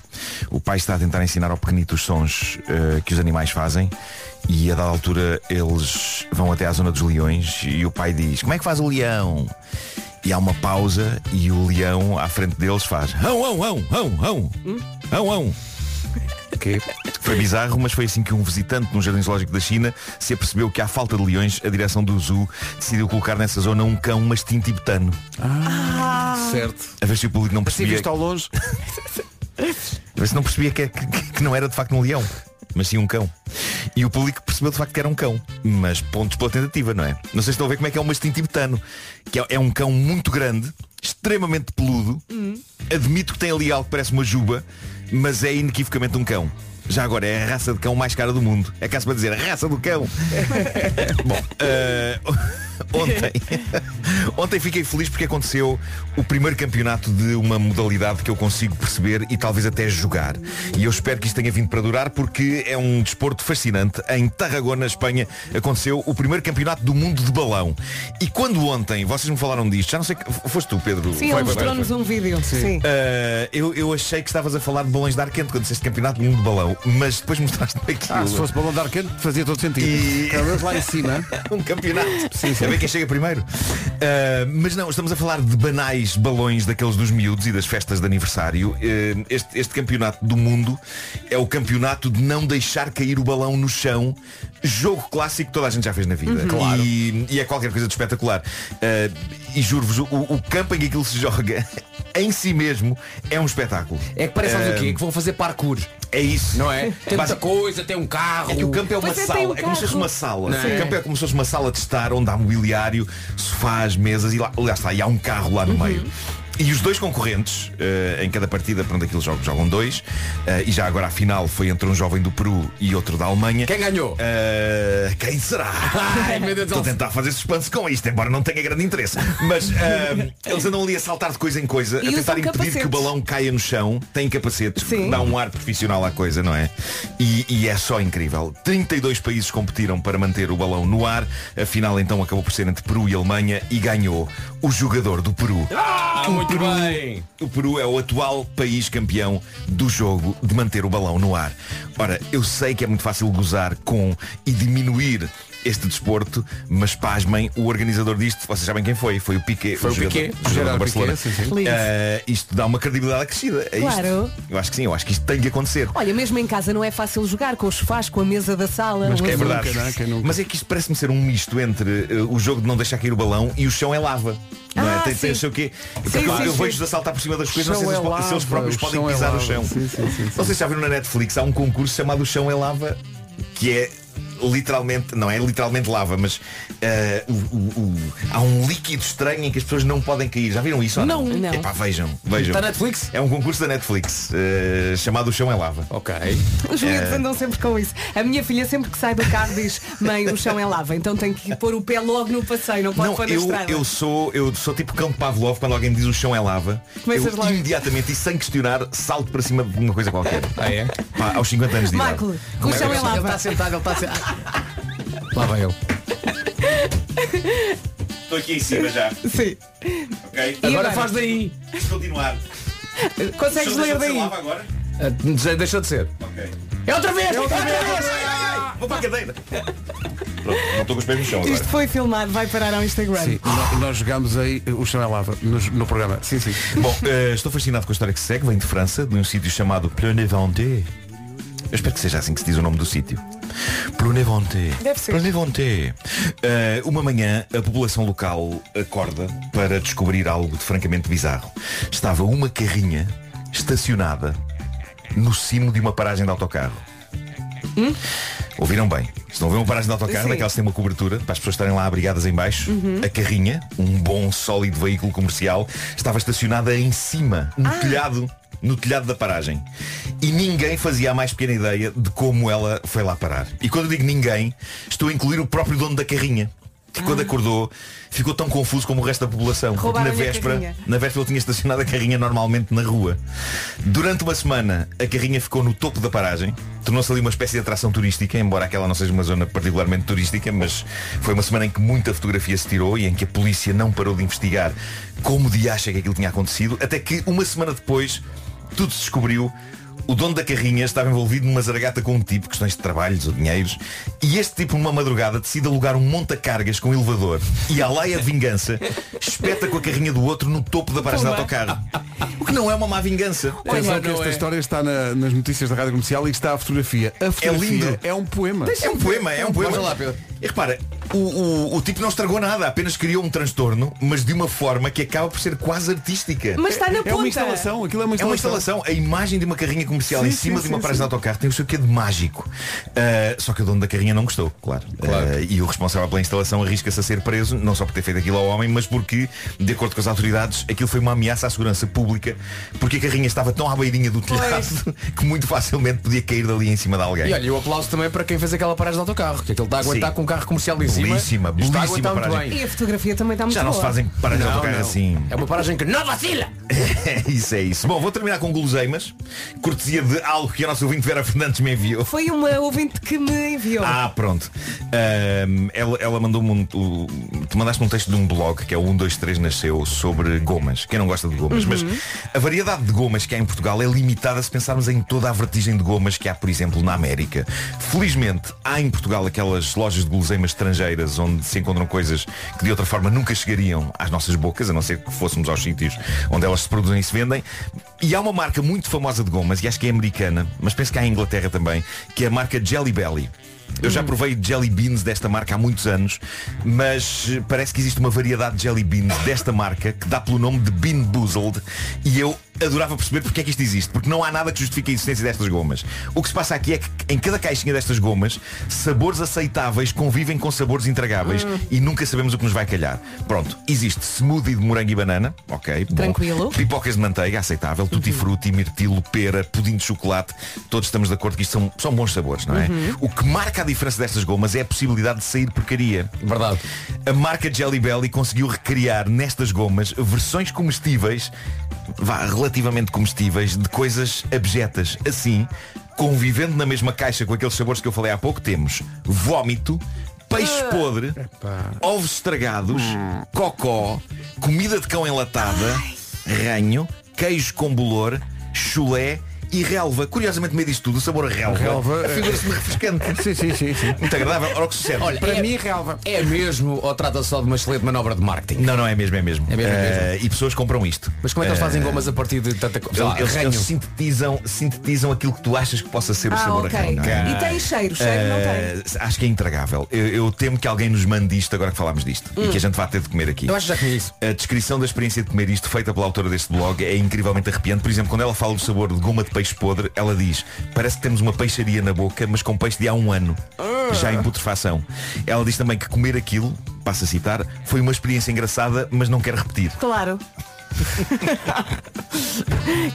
O pai está a tentar ensinar ao pequenito os sons ah, que os animais fazem e a dada altura eles vão até à zona dos leões e o pai diz, como é que faz o leão? E há uma pausa e o leão à frente deles faz Hão, hão, hão, hão, hão, hão, hão. Foi bizarro, mas foi assim que um visitante num jardim zoológico da China se apercebeu que à falta de leões, a direção do zoo decidiu colocar nessa zona um cão mastim tibetano. Certo. A ver se o público não Se percebia, visto Assim ao longe, a ver se não, percebia que, que- que não era de facto um leão, mas sim um cão. E o público percebeu de facto que era um cão, mas pontos pela tentativa, não é? Não sei se estão a ver como é que é um mastim tibetano, que é, é um cão muito grande, extremamente peludo, Hum. admito que tem ali algo que parece uma juba, mas é inequivocamente um cão. Já agora é a raça de cão mais cara do mundo. É caso para dizer raça do cão. Bom, eh, ontem, ontem fiquei feliz porque aconteceu o primeiro campeonato de uma modalidade que eu consigo perceber e talvez até jogar. E eu espero que isto tenha vindo para durar porque é um desporto fascinante. Em Tarragona, Espanha, aconteceu o primeiro campeonato do mundo de balão. E quando ontem vocês me falaram disto, já não sei que. Foste tu, Pedro? Sim, é Foi, ele foi, foi, mostrou-nos um vídeo. Sim. Uh, eu, eu achei que estavas a falar de balões de ar quente quando disseste campeonato do mundo de balão, mas depois mostraste-me aquilo. ah, se fosse balão de ar quente, fazia todo sentido. E- Cada vez lá em cima. um campeonato. É bem quem chega primeiro. Uh, mas não, estamos a falar de banais balões daqueles dos miúdos e das festas de aniversário. Uh, este, este campeonato do mundo é o campeonato de não deixar cair o balão no chão. Jogo clássico que toda a gente já fez na vida. Claro. E, e é qualquer coisa de espetacular. Uh, e juro-vos, o, o campo em que aquilo se joga em si mesmo é um espetáculo. É que parece Um, o quê? Que vão fazer parkour, É isso. não é? Tem muita Basic- coisa, tem um carro. É que o campo é uma Pois é, tem sala, um é como se fosse carro. uma sala. Não é? O campo é como se fosse uma sala de estar onde há mobiliário, sofás, mesas e lá, lá está, e há um carro lá no Uhum. meio. E os dois concorrentes, eh, em cada partida, pronto, aqueles jogos jogam dois, eh, e já agora a final foi entre um jovem do Peru e outro da Alemanha. Quem ganhou? Eh, quem será? Ai, meu Deus, Estou a tentar fazer suspense com isto, embora não tenha grande interesse. Mas eh, eles andam ali a saltar de coisa em coisa, E a usam tentar impedir que o capacetes. balão caia no chão. Tem capacetes, Sim. dá um ar profissional à coisa, não é? E, e é só incrível. 32 países competiram para manter o balão no ar. A final então acabou por ser entre Peru e Alemanha e ganhou o jogador do Peru. Ah, muito bem. O Peru é o atual país campeão do jogo de manter o balão no ar. Ora, eu sei que é muito fácil gozar com e diminuir este desporto, mas pasmem, o organizador disto, vocês sabem quem foi, foi o Piquet, Foi o jogador- Piquet, jogador Gerard do Barcelona. Piquet, sim, sim. Lindo. Ah, isto dá uma credibilidade acrescida. a isto. Claro. Eu acho que sim, eu acho que isto tem de acontecer. Olha, mesmo em casa não é fácil jogar com os sofás, com a mesa da sala. Mas o que é azul. verdade. não é? Quem nunca? Mas é que isto parece-me ser um misto entre eh, o jogo de não deixar cair o balão e o chão é lava. Não é? Ah, Tem, tem não sim. sei o quê. Sim, eu sim, eu sim. vejo-os a saltar por cima das coisas, não sei chão é se eles, po- se lava, eles próprios o podem chão é pisar o lava. chão. Sim, sim, sim, sim. Vocês já viram na Netflix, há um concurso chamado O Chão é Lava, que é literalmente, não é literalmente lava, mas eh, o- o- o- há um líquido estranho em que as pessoas não podem cair. Já viram isso? ou não, Não. Não. Epá, vejam, vejam. Está na Netflix? É um concurso da Netflix, eh, chamado O Chão é Lava. Ok. Os miúdos andam sempre com isso. A minha filha sempre que sai do carro diz, mãe, o chão é lava, então tem que pôr o pé logo no passeio, não pode Não, pôr na eu, estrada. eu sou eu sou tipo cão de Pavlov quando alguém me diz o chão é lava. Começas eu logo. imediatamente e sem questionar salto para cima de uma coisa qualquer. Ah, é? Pá, aos 50 anos de idade. Marco, o Como é que chão é eu Ele lava. está sentado, ele está sentado. Lá vai ele. Estou aqui em cima já, Sim. ok? E Agora agora? faz daí. Vamos continuar. Consegues ler daí? agora? Ah, de- Deixou de ser. Ok. É outra vez! É outra vez! Ai, ai, ai, Ah, vou para a cadeira. Pronto, não estou com os pés no chão Isto agora. foi filmado, vai parar ao Instagram. Sim, no- nós jogámos aí o chão é lava no, no programa. Sim, sim. Bom, eh, estou fascinado com a história que segue, vem de França, de um sítio chamado Plenevente. Eu espero que seja assim que se diz o nome do sítio. Plenevente. Deve ser. Plenevente. Eh, uma manhã, a população local acorda para descobrir algo de francamente bizarro. Estava uma carrinha estacionada no cimo de uma paragem de autocarro. Ouviram bem? Se não houver uma paragem de autocarro, Hum? Sim. Uhum. daquelas que têm uma cobertura, para as pessoas estarem lá abrigadas em baixo, a carrinha, um bom, sólido veículo comercial, estava estacionada em cima, no Ah. telhado, no telhado da paragem. E ninguém fazia a mais pequena ideia de como ela foi lá parar. E quando eu digo ninguém, estou a incluir o próprio dono da carrinha. Que quando acordou ficou tão confuso como o resto da população. Porque na Ah. Roubaram-lhe a véspera, carrinha. na véspera ele tinha estacionado a carrinha normalmente na rua. Durante uma semana, a carrinha ficou no topo da paragem. Tornou-se ali uma espécie de atração turística, embora aquela não seja uma zona particularmente turística, mas foi uma semana em que muita fotografia se tirou e em que a polícia não parou de investigar como de acha que aquilo tinha acontecido, até que uma semana depois tudo se descobriu. O dono da carrinha estava envolvido numa zaragata com um tipo, questões de trabalhos ou dinheiros, e este tipo, numa madrugada, decide alugar um monta-cargas com um elevador e à laia de vingança espeta com a carrinha do outro no topo da paragem de Pumba. autocarro. O que não é uma má vingança. Atenção que esta história está na- nas notícias da Rádio Comercial e está a fotografia. A fotografia lindo. é um poema. É um poema, é um poema. Olha lá, Pedro. E repara, o, o- o tipo não estragou nada, apenas criou um transtorno, mas de uma forma que acaba por ser quase artística. Mas está na É uma ponta. instalação, aquilo é uma É uma instalação. instalação, a imagem de uma carrinha comercial Sim, em cima sim, de uma sim, paragem sim. de autocarro tem o seu quê de mágico. Uh, só que o dono da carrinha não gostou, claro. Uh, e o responsável pela instalação arrisca-se a ser preso, não só por ter feito aquilo ao homem, mas porque, de acordo com as autoridades, aquilo foi uma ameaça à segurança pública, porque a carrinha estava tão à beirinha do telhado que muito facilmente podia cair dali em cima de alguém. E olha, e o aplauso também para quem fez aquela paragem de autocarro, que aquele está a aguentar Sim. com um carro comercial em cima. Belíssima, está a belíssima aguentar muito paragem. bem. E a fotografia também está muito Já não se boa. fazem paragens de Não, autocarro não. assim. É uma paragem que não vacila! É isso, é isso. Bom, vou terminar com guloseimas, cortesia de algo que a nossa ouvinte Vera Fernandes me enviou. Foi uma ouvinte que me enviou. Ah, pronto. Ahm, ela ela mandou-me um. o- tu mandaste um texto de um blog que é o 123 Nasceu sobre gomas. Quem não gosta de gomas? Mas a variedade de gomas que há em Portugal é limitada se pensarmos em toda a vertigem de gomas que há, por exemplo, na América. Felizmente, há em Portugal aquelas lojas de guloseimas estrangeiras onde se encontram coisas que de outra forma nunca chegariam às nossas bocas, a não ser que fôssemos aos sítios onde elas se produzem e se vendem. E há uma marca muito famosa de gomas, e acho que é americana, mas penso que há em Inglaterra também, que é a marca Jelly Belly. Eu já provei jelly beans desta marca há muitos anos, mas eh, parece que existe uma variedade de jelly beans desta marca que dá pelo nome de Bean Boozled e eu adorava perceber porque é que isto existe, porque não há nada que justifique a existência destas gomas. O que se passa aqui é que em cada caixinha destas gomas, sabores aceitáveis convivem com sabores intragáveis e nunca sabemos o que nos vai calhar. Pronto, existe smoothie de morango e banana, ok, bom. Tranquilo. Pipocas de manteiga, aceitável. Tutti frutti, mirtilo, pera, pudim de chocolate. Todos estamos de acordo que isto são, são bons sabores, não é? O que marca a diferença destas gomas é a possibilidade de sair porcaria. Verdade. A marca Jelly Belly conseguiu recriar nestas gomas versões comestíveis, vá, relativamente comestíveis, de coisas abjetas. Assim, convivendo na mesma caixa com aqueles sabores que eu falei há pouco, temos vómito, peixe Ah, podre, ovos estragados, cocó, comida de cão enlatada, ranho, queijo com bolor, chulé e relva. Curiosamente, no meio disto tudo, o sabor a relva, Relva, é- figura-se refrescante. Sim, sim, sim, sim. Muito agradável. Ora, o que sucede. eh, Olha, para mim relva. É mesmo ou trata-se só de uma excelente manobra de marketing? Não, não, é mesmo, é mesmo. É mesmo, é Eh, E pessoas compram isto. Mas como é Eh, que eles fazem gomas a partir de tanta coisa? Sei lá, eles, ranho. eles sintetizam, sintetizam aquilo que tu achas que possa ser o Ah, sabor ok. a ranho. não é? E tem cheiro, cheiro não tem. Eh, acho que é intragável. Eu, eu temo que alguém nos mande isto agora que falámos disto Hum. e que a gente vá ter de comer aqui. Eu acho que já comi isso. A descrição da experiência de comer isto feita pela autora deste blog é incrivelmente arrepiante. Por exemplo, quando ela fala do sabor de goma de peixe peixe podre, ela diz, parece que temos uma peixaria na boca, mas com peixe de há um ano, Ah. já em putrefação. Ela diz também que comer aquilo, passo a citar, foi uma experiência engraçada, mas não quer repetir. Claro.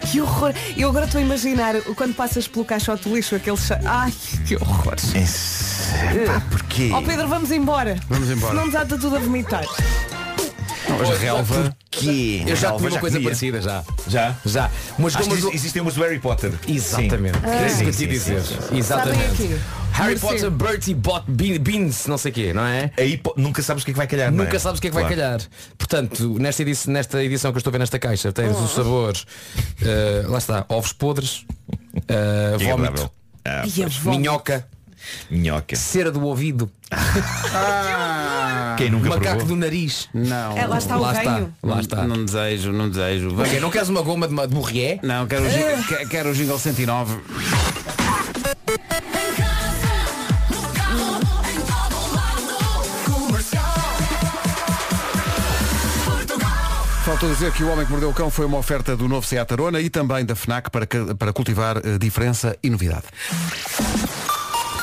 que horror. Eu agora estou a imaginar o- quando passas pelo caixote do lixo, aquele cheiro. Ai, que horror. É, pá, porquê? Ó Pedro, vamos embora. Vamos embora. Senão nos ata tudo a vomitar. Mas relva. Porquê? Eu já Alva, comi uma coisa comia. parecida, já. Já? Já. Umas Acho que gomas... exi- existem umas do Harry Potter. Exatamente. Era isso que eu Sim, te ia sim, sim, dizer. Sabem Exatamente. aqui. Harry Morcego. Potter, Bertie Bot Be- Beans, não sei o quê, não é? Aí po- nunca sabes o que é que vai calhar. não Nunca é? sabes o que é que vai Claro. calhar. Portanto, nesta edição, nesta edição que eu estou a ver nesta caixa, tens os sabores, eh, lá está, ovos podres, eh, Que vómito, agradável. Ah, E a vó- minhoca, minhoca. cera do ouvido, Quem nunca Ah. macaco provou? do nariz. Não. É, lá está o lá ganho. está, lá está. Hum. Não desejo, não desejo. Vamos- Ok, não queres uma goma de, ma- de borrié? Não, quero o, gi- que- quero o Jingle 109. Faltou dizer que o Homem que Mordeu o Cão foi uma oferta do novo Seat Arona e também da FNAC para, ca- para cultivar eh, diferença e novidade.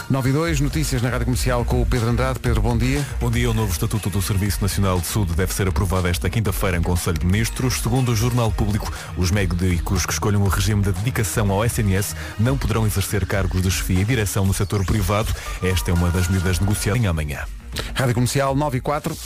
9 e 2, notícias na Rádio Comercial com o Pedro Andrade. Pedro, bom dia. Bom dia. O novo Estatuto do Serviço Nacional de Saúde deve ser aprovado esta quinta-feira em Conselho de Ministros. Segundo o Jornal Público, os médicos que escolham o regime de dedicação ao SNS não poderão exercer cargos de chefia e direção no setor privado. Esta é uma das medidas negociadas em amanhã. Rádio Comercial 9 e 4.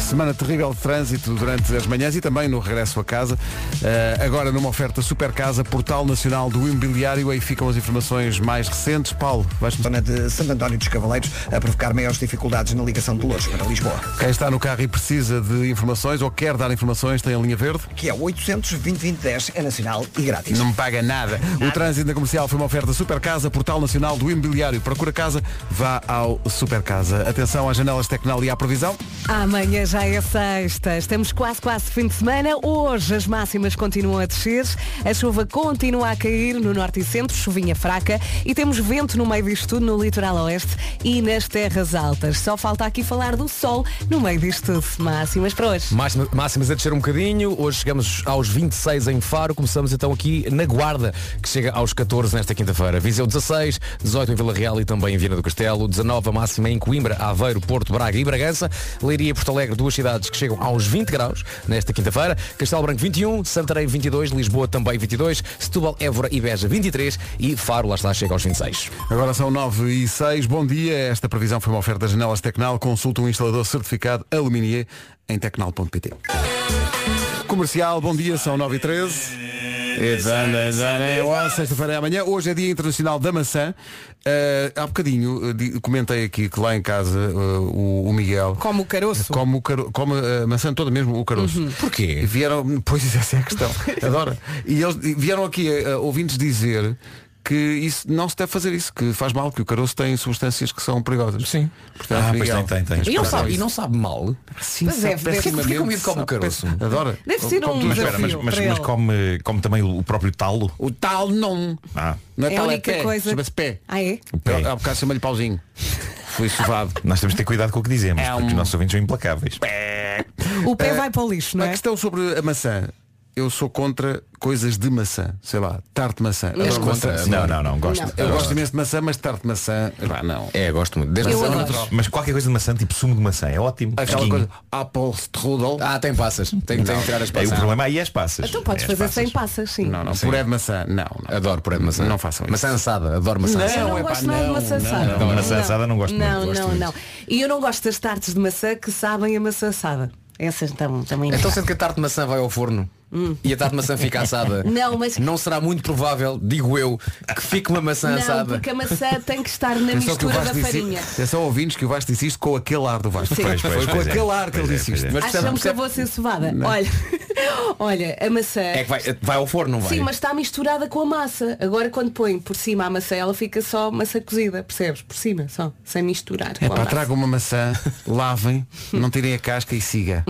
Semana terrível de trânsito durante as manhãs e também no regresso a casa. Eh, agora numa oferta Super Casa, Portal Nacional do Imobiliário. Aí ficam as informações mais recentes. Paulo, vais Zona de Santo António dos Cavaleiros a provocar maiores dificuldades na ligação de Louros para Lisboa, quem está no carro e precisa de informações ou quer dar informações, tem a linha verde. que é 800 2010 é nacional e grátis. Não me paga nada. O trânsito na comercial foi uma oferta Super Casa, Portal Nacional do Imobiliário. Procura casa, vá ao Super Casa. Atenção às janelas Tecnal e à previsão. Amanhã já é sexta, estamos quase quase fim de semana. Hoje as máximas continuam a descer, a chuva continua a cair no norte e centro, chuvinha fraca e temos vento no meio disto tudo no litoral oeste e nas terras altas. Só falta aqui falar do sol no meio disto tudo. Máximas para hoje. Máxima- Máximas a descer um bocadinho, hoje chegamos aos 26 em Faro, começamos então aqui na Guarda, que chega aos 14 nesta quinta-feira. Viseu 16, 18 em Vila Real e também em Viana do Castelo, 19 a máxima em Coimbra, Aveiro, Porto, Braga e Bragança, Leiria e Porto Alegre, duas cidades que chegam aos 20 graus nesta quinta-feira, Castelo Branco 21, Santarém 22, Lisboa também 22, Setúbal, Évora e Beja 23 e Faro, lá está, chega aos 26. Agora são 9 e 6, bom dia. Esta previsão foi uma oferta das janelas Tecnal. Consulta um instalador certificado Aluminier em tecnal.pt. Comercial, bom dia, são 9 e 13. Boa Sexta-feira é amanhã, hoje é Dia Internacional da Maçã. Eh, há bocadinho eh, di- comentei aqui que lá em casa eh, o, o Miguel Como o caroço. Uhum. come, o caro- come a maçã toda mesmo, o caroço. Porquê? E vieram, pois essa é a questão, adora. E eles e vieram aqui eh, ouvintes dizer que isso não se deve fazer isso, que faz mal, que o caroço tem substâncias que são perigosas. Sim. Portanto, Ah, pois Miguel, tem, tem, tem. E não sabe, e não sabe mal? Sim, Mas sabe é, deve- pessimamente, Porquê que o miúdo come sabe caroço? péssimo. Adora. Deve ser Come um tudo. Mas, desafio espera, mas, mas- para mas ele. come, come também o o próprio talo? O tal não. Ah, Não É a tal, única pé. coisa- Chama-se pé. Ah é? pé. Eu- Há bocado chama-lhe pauzinho. Fui sovado. nós temos de ter cuidado com o que dizemos, É porque os um- É, nossos ouvintes são implacáveis. O pé vai para o lixo, não A é? questão sobre a maçã. Eu sou contra coisas de maçã. Sei lá, tarte de maçã. Adoro contra? maçã. Não, não, não, gosto. Não. Eu gosto imenso de maçã, mas tarte de maçã. Pá, não. É, gosto muito. Desde Eu maçã adoro. natural. Mas qualquer coisa de maçã, tipo sumo de maçã, é ótimo. Aquela Fresquinho. coisa. Apple strudel. Ah, tem passas. Tem, tem que tirar as É, passas. o problema aí é as passas. Então podes É as fazer passas. sem passas, sim. Não, não. Sim. Puré de maçã. Não, não. Adoro puré de maçã. é Não façam isso. Maçã assada, adoro maçã assada. Eu Não, não é pá, gosto nada de não, maçã não, assada. não, maçã assada Então, não gosto muito, Não, gosto não, muito. não. E eu não gosto das tartes de maçã que sabem a maçã assada. Essas tam- também não. Então sendo que a tarte de maçã vai ao forno e a tarte de maçã fica assada. Hum. Não, mas- Não será muito provável, digo eu, que fique uma maçã Ah, não, assada. porque a maçã tem que estar na Atenção que É o mistura da Vasco disse- farinha. Atenção ouvintes que o Vasco disse isto com aquele ar do Vasco. Sim. Pois, pois, Foi com pois é. aquele ar que Pois ele é, disse pois isto. é. Mas percebe- Acham que eu percebe- vou ser cevada. Olha, olha, a maçã. É que vai, vai ao forno, não vai? Sim, mas está misturada com a massa. Agora quando põe por cima a maçã, ela fica só maçã cozida, percebes? Por cima, só, sem misturar. É com a pá, massa. traga uma maçã, lavem, não tirem a casca e siga.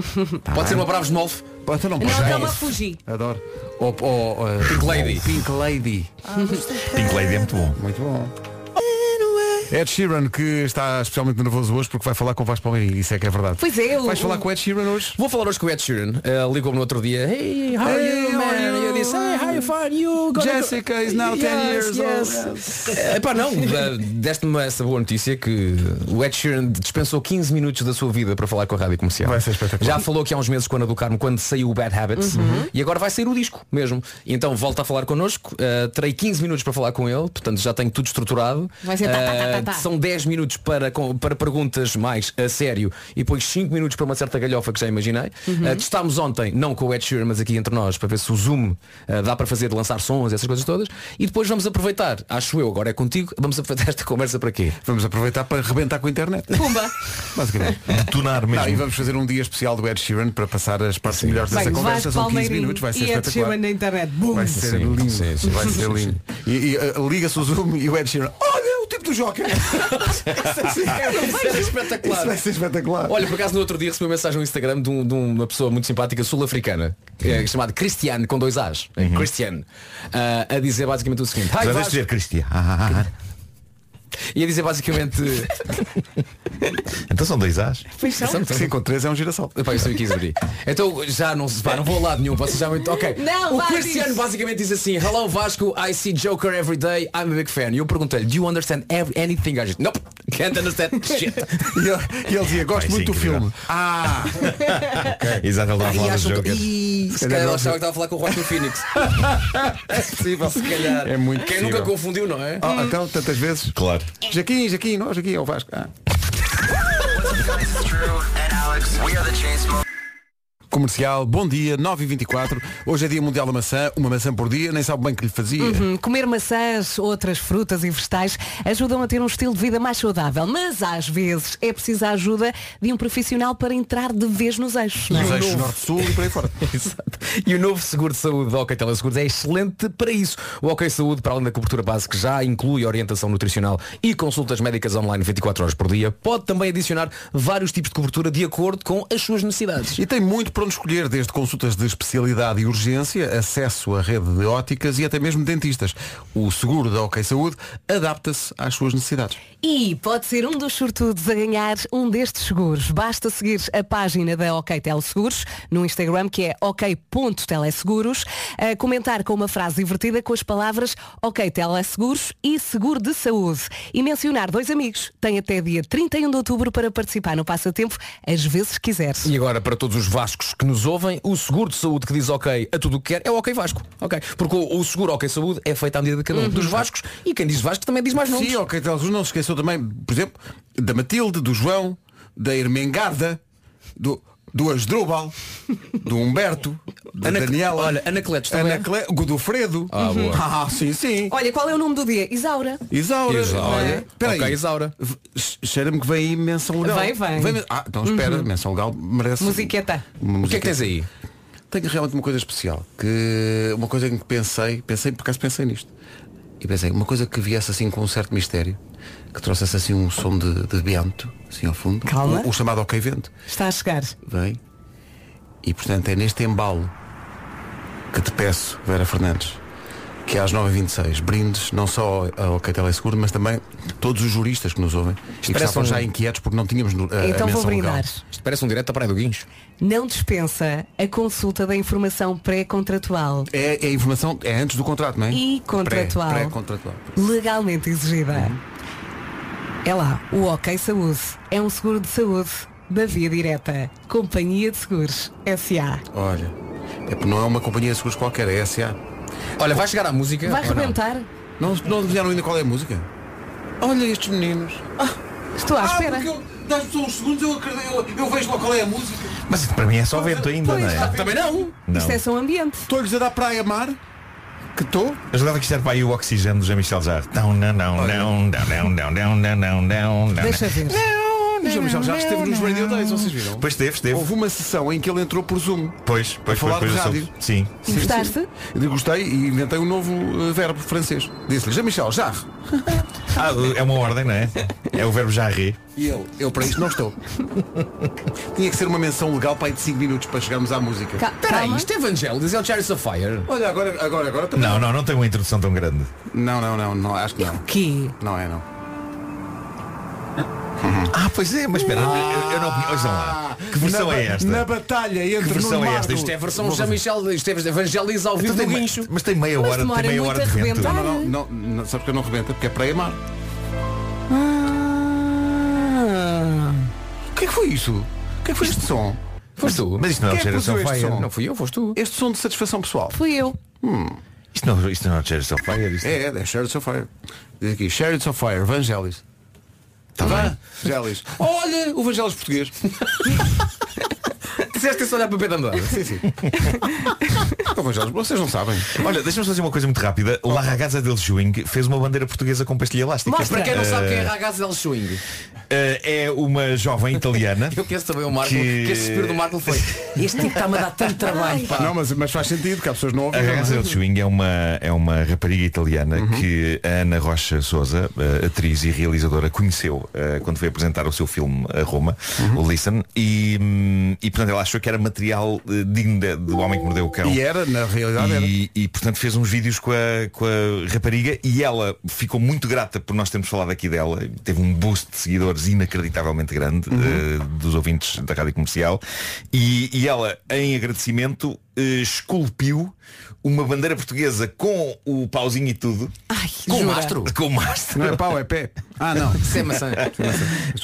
Tá Pode ser bem? uma Bravos Molf. Pá, então não, Não, pode. então uma Fuji. Adoro. Ou, ou, ou, uh, Pink Lady. ou Pink Lady. Pink Lady é muito bom. Muito bom. Ed Sheeran, que está especialmente nervoso hoje porque vai falar com o Vasco Palmeirinho, isso é que é verdade. Pois é, eu- Vais falar com o Ed Sheeran hoje? Vou falar hoje com o Ed Sheeran. Eh, Ligou-me Uh, no outro dia. Hey, how are Hey, you, how man? are you? Eu disse, say hi, fun, you go Jessica is now 10 years old. Epá, É não, da- deste-me essa boa notícia que o Ed Sheeran dispensou 15 minutos da sua vida para falar com a rádio comercial. Vai ser espetacular. Já falou aqui há uns meses com a Ana do Carmo quando saiu o Bad Habits Uhum. e agora vai sair o disco mesmo. E então volta a falar connosco, eh, terei 15 minutos para falar com ele, portanto já tenho tudo estruturado. Vai ser tá, tá, tá, tá, tá. Eh, São 10 minutos para, com- para perguntas mais a sério e depois 5 minutos para uma certa galhofa que já imaginei. Eh, testámos ontem, não com o Ed Sheeran, mas aqui entre nós, para ver se o Zoom eh, dá para fazer de lançar sons, essas coisas todas. E depois vamos aproveitar, acho eu, agora é contigo, vamos aproveitar esta conversa para quê? Vamos aproveitar para arrebentar com a internet. Pumba. Basicamente. Detonar Não, e mesmo. vamos fazer um dia especial do Ed Sheeran para passar as partes melhores dessa Bem, conversa. Vasco São 15 Palmeirinho minutos, vai ser e Ed Sheeran espetacular. na internet. Boom. Vai ser Sim, lindo. sim, sim, vai sim, ser sim, lindo. E, e, uh, liga-se o Zoom e o Ed Sheeran. Olha o tipo do Joker! Isso vai espetacular. ser espetacular. Olha, por acaso no outro dia recebi uma mensagem no Instagram de, um- de uma pessoa muito simpática sul-africana, é, chamada Cristiane, com dois As, é Christiane, ah, a dizer basicamente o seguinte, "Hi, Já Vasco." viste dizer, Cristian. Ah, ah, ah. e a dizer basicamente, Então são dois As. Sim, com 3 é um girassol. Epá, eu sabia que ia dizer. Então já não se pá, não vou a lado nenhum, vocês já me... Ok. Não, o vá, Cristiano diz. basicamente diz assim, Hello Vasco, I see Joker every day, I'm a big fan. E eu perguntei-lhe, Do you understand every, anything I just. Nope, can't understand shit. E ele, e ele dizia, gosto Vai, muito sim, do filme. incrível. Ah! Exato, ele estava a e falar do acham que. Joker. Ih, se calhar ele achava que estava a falar com o Joaquim Phoenix. é possível, se calhar. É muito Quem possível. nunca confundiu, não é? Oh, então, tantas vezes. Claro. Jaquim, Jaquim, nós aqui, é o Vasco. Ah. Comercial, bom dia, 9h24. Hoje é dia mundial da maçã, uma maçã por dia, nem sabe bem que lhe fazia. Hum, Comer maçãs, outras frutas e vegetais ajudam a ter um estilo de vida mais saudável, mas às vezes é preciso a ajuda de um profissional para entrar de vez nos eixos. não é? Nos eixos norte-sul e por aí fora. Exato. E o novo seguro de saúde da OK Teleseguros é excelente para isso. O OK Saúde, para além da cobertura base que já inclui orientação nutricional e consultas médicas online 24 horas por dia, pode também adicionar vários tipos de cobertura de acordo com as suas necessidades. E tem muito para onde escolher, desde consultas de especialidade e urgência, acesso à rede de óticas e até mesmo dentistas. O seguro da OK Saúde adapta-se às suas necessidades. E pode ser um dos sortudos a ganhar um destes seguros. Basta seguir a página da OK Teleseguros no Instagram, que é ok.teleseguros, a comentar com uma frase divertida com as palavras OK Teleseguros e Seguro de Saúde. E mencionar dois amigos. Tem até dia 31 de outubro para participar no Passatempo, às vezes quiseres. E agora, para todos os vascos que nos ouvem, o seguro de saúde que diz ok a tudo o que quer é o ok Vasco. Ok. Porque o, o seguro ok saúde é feito à medida de cada um dos vascos e quem diz vasco também diz mais nomes. Uhum. Sim, ok, Telesus não se esqueceu também, por exemplo, da Matilde, do João, da Ermengarda, do, do Asdrúbal, do Humberto, da Ana- Daniela. olha, Anacletos também. Anacle... do Fredo. Ah, sim, sim. Olha, qual é o nome do dia? Isaura. Isaura. Isaura. É. Olha, espera aí. Ok, Isaura. V- che- Cheira-me que vem aí menção legal. Vem, vem. Ah, então espera, menção legal merece. Musiqueta. uma Uhum. O que é que musiqueta. tens aí? Tenho realmente uma coisa especial. Que uma coisa em que pensei, pensei, por acaso pensei nisto. E pensei, uma coisa que viesse assim com um certo mistério, que trouxesse assim um som de, de vento, assim ao fundo. Calma. O, o chamado ok vento. Está a chegar. Vem. E portanto é neste embalo que te peço, Vera Fernandes, que às 9h26 brindes não só a OK Teleseguro, mas também todos os juristas que nos ouvem e que parece estavam um- já inquietos porque não tínhamos uh, a Então menção vou brindar. legal. Isto parece um direto à Praia do Guincho. Não dispensa a consulta da informação pré-contratual. É, é a informação, é antes do contrato, não é? E contratual. Pré- Pré-contratual. legalmente exigida. É lá, o OK Saúde é um seguro de saúde da Via Direta. Companhia de Seguros S.A. Olha, é porque não é uma companhia de seguros qualquer, é SA. Olha, vai chegar à música. Vai ou não? rebentar? Não, não desenharam ainda qual é a música? Olha estes meninos. Estou à Ah, espera. Ah, eu, dás uns segundos, eu, eu, vejo logo qual é a música. Mas para mim é só vento ainda, não tá, é? Também não. Não. Isto é só um ambiente. Estou-lhes a dar praia mar, que estou. Mas leva que isto era para aí o oxigênio do Jean-Michel Jarre. Não, não, não, não, não, não, não, não, não, não, não, não. Deixa ver. Oh, O João Michel já esteve nos Radio Days, vocês viram? Pois teve, teve. Houve uma sessão em que ele entrou por Zoom. Pois, pois, falar pois, pois. de eu soube. rádio. Sim. E gostaste? Eu Gostei e inventei um novo eh, verbo francês. Disse-lhe, Jean-Michel, Jarre. Ah, é uma ordem, não é? É o verbo jarre. E ele, eu para isto não estou. Tinha que ser uma menção legal para aí de 5 minutos para chegarmos à música. Ca- Peraí, calma. isto é Evangelis, é o Chariots of Fire. Olha, agora, agora, agora também. Não, não, não tem uma introdução tão grande. é, é. Não, não, não, não, acho que não. Que? Não é, não. Ah, pois é, mas espera, eu, eu não conheço. Ouçam lá. Que versão na, ba- é esta? Na batalha entre Que versão Nuno é esta? Marco- Isto É a versão Jean-Michel, isto é evangeliza ao vivo Então tem do me- guincho. Mas tem meia Mas hora, demora tem meia muito hora de a vento. rebentar. Não, não, não, não, sabes que eu não rebenta porque é para Emar. Ah. Ah. O que é que foi isso? O que é que foi este som? Foste tu. Mas isto não é Quem o geração produziu este Fire. som? Não fui eu, foste tu. Este som de satisfação pessoal. Fui eu. Isto não, isto não é o geração Fire. Isto... É, é, é Chariots of Fire. Diz aqui, Chariots of Fire, Vangelis. Tá bem. Vangelis. Olha, o Vangelis português. Disseste isso olhar para o Pedro Andrade. Sim, sim. Então, Vangelis, vocês não sabem. Olha, deixa-me fazer uma coisa muito rápida. La Ragazza del Swing fez uma bandeira portuguesa com pastilha elástica. Mas para quem não sabe quem é Eh, Ragazzi del Swing, eh, é uma jovem italiana. eu conheço também o Marco, Que- que, esse espírito do Marco foi. Este tipo está-me a dar tanto trabalho. pá." Não, mas, mas faz sentido que há pessoas não A ouvem. Ragazza não é? Uhum. del Swing é uma, é uma rapariga italiana que a Ana Rocha Souza, eh, atriz e realizadora, conheceu eh, quando foi apresentar o seu filme a Roma, Uhum. o Listen, e, hum, e portanto ela achou que era material eh, digno de- do Homem que Mordeu o Cão. E era, na realidade era. E, e, portanto fez uns vídeos com a, com a rapariga e ela ficou muito grata por nós termos falado aqui dela. Teve um boost de seguidores inacreditavelmente grande Uhum. eh, dos ouvintes da rádio comercial. E, e ela, em agradecimento, eh, esculpiu uma bandeira portuguesa com o pauzinho e tudo. Ai, Com o jura? mastro. Com o mastro. Não é pau, é pé. Ah, não. Sem maçã.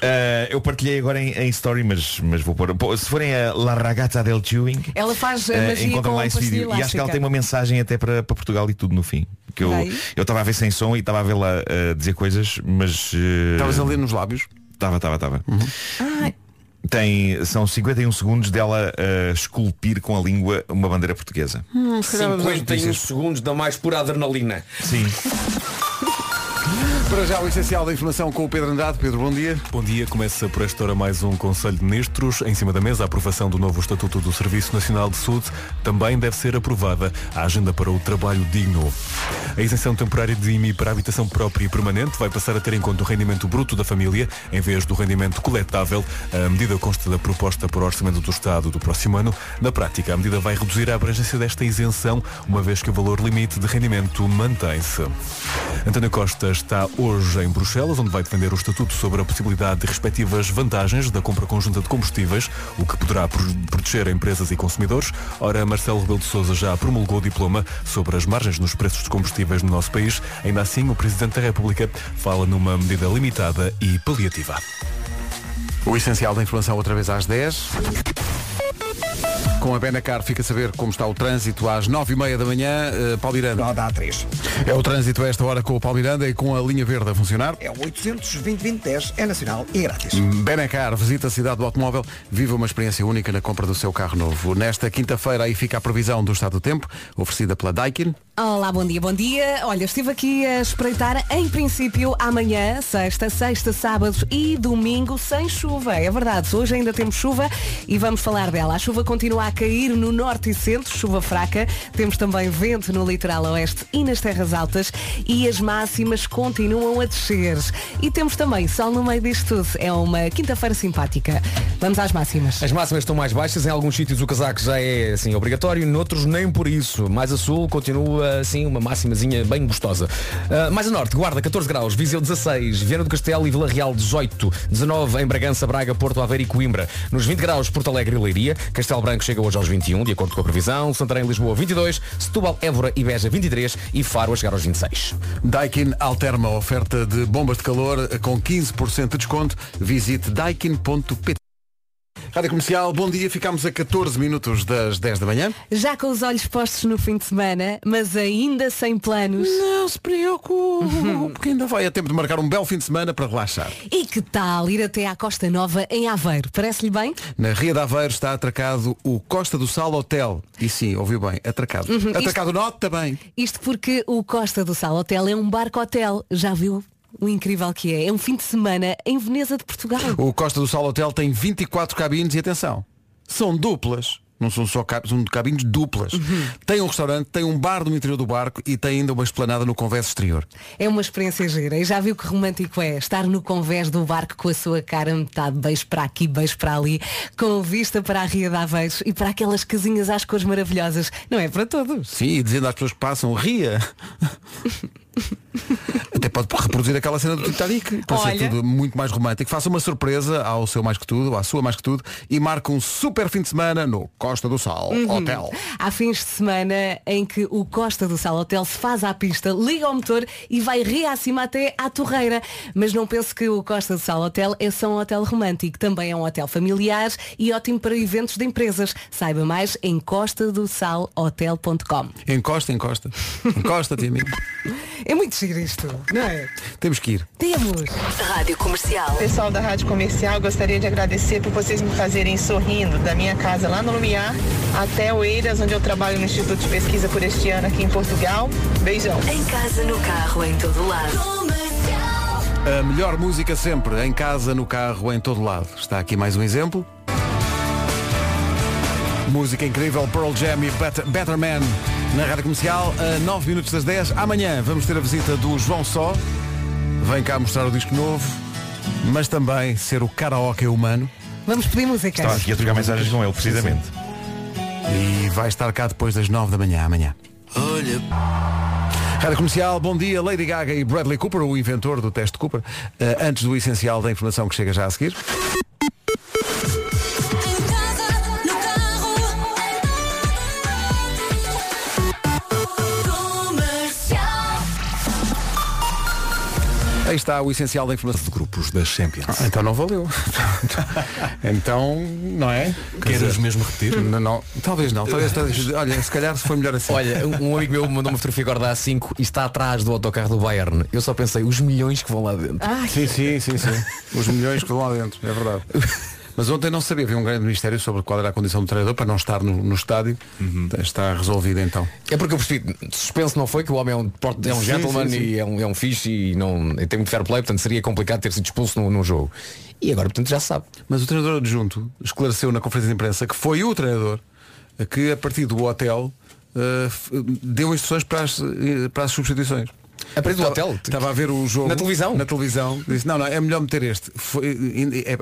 Eh, eu partilhei agora em, em story, mas, mas vou pôr. Pô, Se forem a La Ragazza del Chewing. Ela faz a Eh, magia com encontram lá pastilha esse vídeo. elástica. E acho que ela tem uma mensagem até para, para Portugal e tudo no fim. Que eu Vai. eu estava a ver sem som e estava a vê-la eh, dizer coisas, mas. eh, Estavas ali nos lábios. Estava, estava, estava. Uhum. Tem, são 51 segundos dela eh, esculpir com a língua uma bandeira portuguesa. Hum. calhar vamos às 51 notícias. segundos da mais pura adrenalina. Sim. Para já o essencial da informação com o Pedro Andrade. Pedro, bom dia. Bom dia, começa por esta hora mais um Conselho de Ministros. Em cima da mesa, a aprovação do novo Estatuto do Serviço Nacional de Saúde também deve ser aprovada. A agenda para o trabalho digno. A isenção temporária de IMI para a habitação própria e permanente vai passar a ter em conta o rendimento bruto da família em vez do rendimento coletável. A medida consta da proposta para o Orçamento do Estado do próximo ano. Na prática, a medida vai reduzir a abrangência desta isenção, uma vez que o valor limite de rendimento mantém-se. António Costa está hoje em Bruxelas, onde vai defender o estatuto sobre a possibilidade de respectivas vantagens da compra conjunta de combustíveis, o que poderá pro- proteger empresas e consumidores. Ora, Marcelo Rebelo de Sousa já promulgou o diploma sobre as margens nos preços de combustíveis no nosso país. Ainda assim, o Presidente da República fala numa medida limitada e paliativa. O essencial da informação outra vez às 10. Com a Benacar fica a saber como está o trânsito às 9h30 da manhã. Eh, Paulo Miranda. Roda A3. É o trânsito a esta hora com o Paulo Miranda e com a linha verde a funcionar. É o 820-2010, é nacional e grátis. Benacar visita a cidade do automóvel, vive uma experiência única na compra do seu carro novo. Nesta quinta-feira aí fica a previsão do estado do tempo, oferecida pela Daikin. Olá, bom dia, bom dia. Olha, estive aqui a espreitar, em princípio, amanhã, sexta, sexta, sábado e domingo, sem chuva. É verdade, hoje ainda temos chuva e vamos falar dela. A chuva continua a cair no norte e centro, chuva fraca. Temos também vento no litoral oeste e nas terras altas e as máximas continuam a descer. E temos também sol no meio disto tudo. É uma quinta-feira simpática. Vamos às máximas. As máximas estão mais baixas, em alguns sítios o casaco já é assim obrigatório, noutros nem por isso. Mais a sul continua assim uma máximazinha bem gostosa. Ah, mais a norte, Guarda 14 graus, Viseu 16, Viana do Castelo e Vila Real 18, 19 em Bragança, Braga, Porto Aveiro e Coimbra. Nos 20 graus Porto Alegre e Leiria, Castelo Branco chega hoje aos 21, de acordo com a previsão, Santarém e Lisboa 22, Setúbal, Évora e Beja 23 e Faro a chegar aos 26. Daikin alterna a oferta de bombas de calor com 15% de desconto. Visite daikin.pt. Rádio Comercial, bom dia. Ficámos a 14 minutos das 10 da manhã. Já com os olhos postos no fim de semana, mas ainda sem planos. Não se preocupe, porque ainda vai a tempo de marcar um belo fim de semana para relaxar. E que tal ir até à Costa Nova em Aveiro? Parece-lhe bem? Na Ria de Aveiro está atracado o Costa do Sal Hotel. E sim, ouviu bem, atracado. atracado norte também. Isto porque o Costa do Sal Hotel é um barco-hotel. Já viu o incrível que é? É um fim de semana em Veneza de Portugal. O Costa do Sol Hotel tem 24 cabines e atenção, são duplas. Não são só cabines, são cabines duplas. Uhum. Tem um restaurante, tem um bar no interior do barco e tem ainda uma esplanada no convés exterior. É uma experiência gira. E já viu que romântico é estar no convés do barco com a sua cara metade beijo para aqui, beijo para ali, com vista para a Ria de Aveiro e para aquelas casinhas às cores maravilhosas. Não é para todos. Sim, e dizendo às pessoas que passam, ria. Até pode reproduzir aquela cena do Titanic para ser Olha. tudo muito mais romântico. Faça uma surpresa ao seu mais que tudo, à sua mais que tudo e marque um super fim de semana no Costa do Sol Uhum. Hotel. Há fins de semana em que o Costa do Sal Hotel se faz à pista, liga ao motor e vai reacima até à torreira. Mas não penso que o Costa do Sal Hotel é só um hotel romântico. Também é um hotel familiar e ótimo para eventos de empresas. Saiba mais em costadosalhotel.com. Encosta, encosta. Encosta-te a mim. É muito giro isto, não é? Temos que ir. Temos. Rádio Comercial. Pessoal da Rádio Comercial, gostaria de agradecer por vocês me fazerem sorrindo da minha casa lá no Lumiar até Oeiras, onde eu trabalho no Instituto de Pesquisa por este ano aqui em Portugal. Beijão. Em casa, no carro, em todo lado. A melhor música sempre, em casa, no carro, em todo lado. Está aqui mais um exemplo. Música incrível, Pearl Jam e Bet- Better Man na rádio comercial, a 9 minutos das 10. Amanhã vamos ter a visita do João Só. Vem cá mostrar o disco novo, mas também ser o karaoke humano. Vamos pedir música. Estava aqui a trocar mensagens com ele, precisamente. E vai estar cá depois das 9 da manhã, amanhã. Olha. Rádio Comercial, bom dia. Lady Gaga e Bradley Cooper, o inventor do teste Cooper. Eh, antes do essencial da informação que chega já a seguir. Aí está o essencial da informação. de grupos das Champions. Então não valeu. então, não é? Queres mesmo repetir? Não, não. Talvez não. Talvez, talvez- olha, se calhar foi melhor assim. Olha, um- um amigo meu mandou uma fotografia agora da A5 e está atrás do autocarro do Bayern. Eu só pensei, os milhões que vão lá dentro. Sim, sim, sim, sim. Os milhões que estão lá dentro, é verdade. Mas ontem não sabia, havia um grande mistério sobre qual era a condição do treinador para não estar no, no estádio. Está resolvido então. É porque eu percebi, suspenso não foi, que o homem é um, port- é um Sim, gentleman sim, sim. e é um, é um fixe e não, e tem muito fair play, portanto seria complicado ter sido expulso num, num jogo. E agora, portanto, já se sabe. Mas o treinador adjunto esclareceu na conferência de imprensa que foi o treinador que a partir do hotel eh, f- deu instruções para as, eh, para as substituições. A partir do hotel? Estava a ver o jogo Na televisão? Na televisão. Disse, não, não, é melhor meter este. Foi-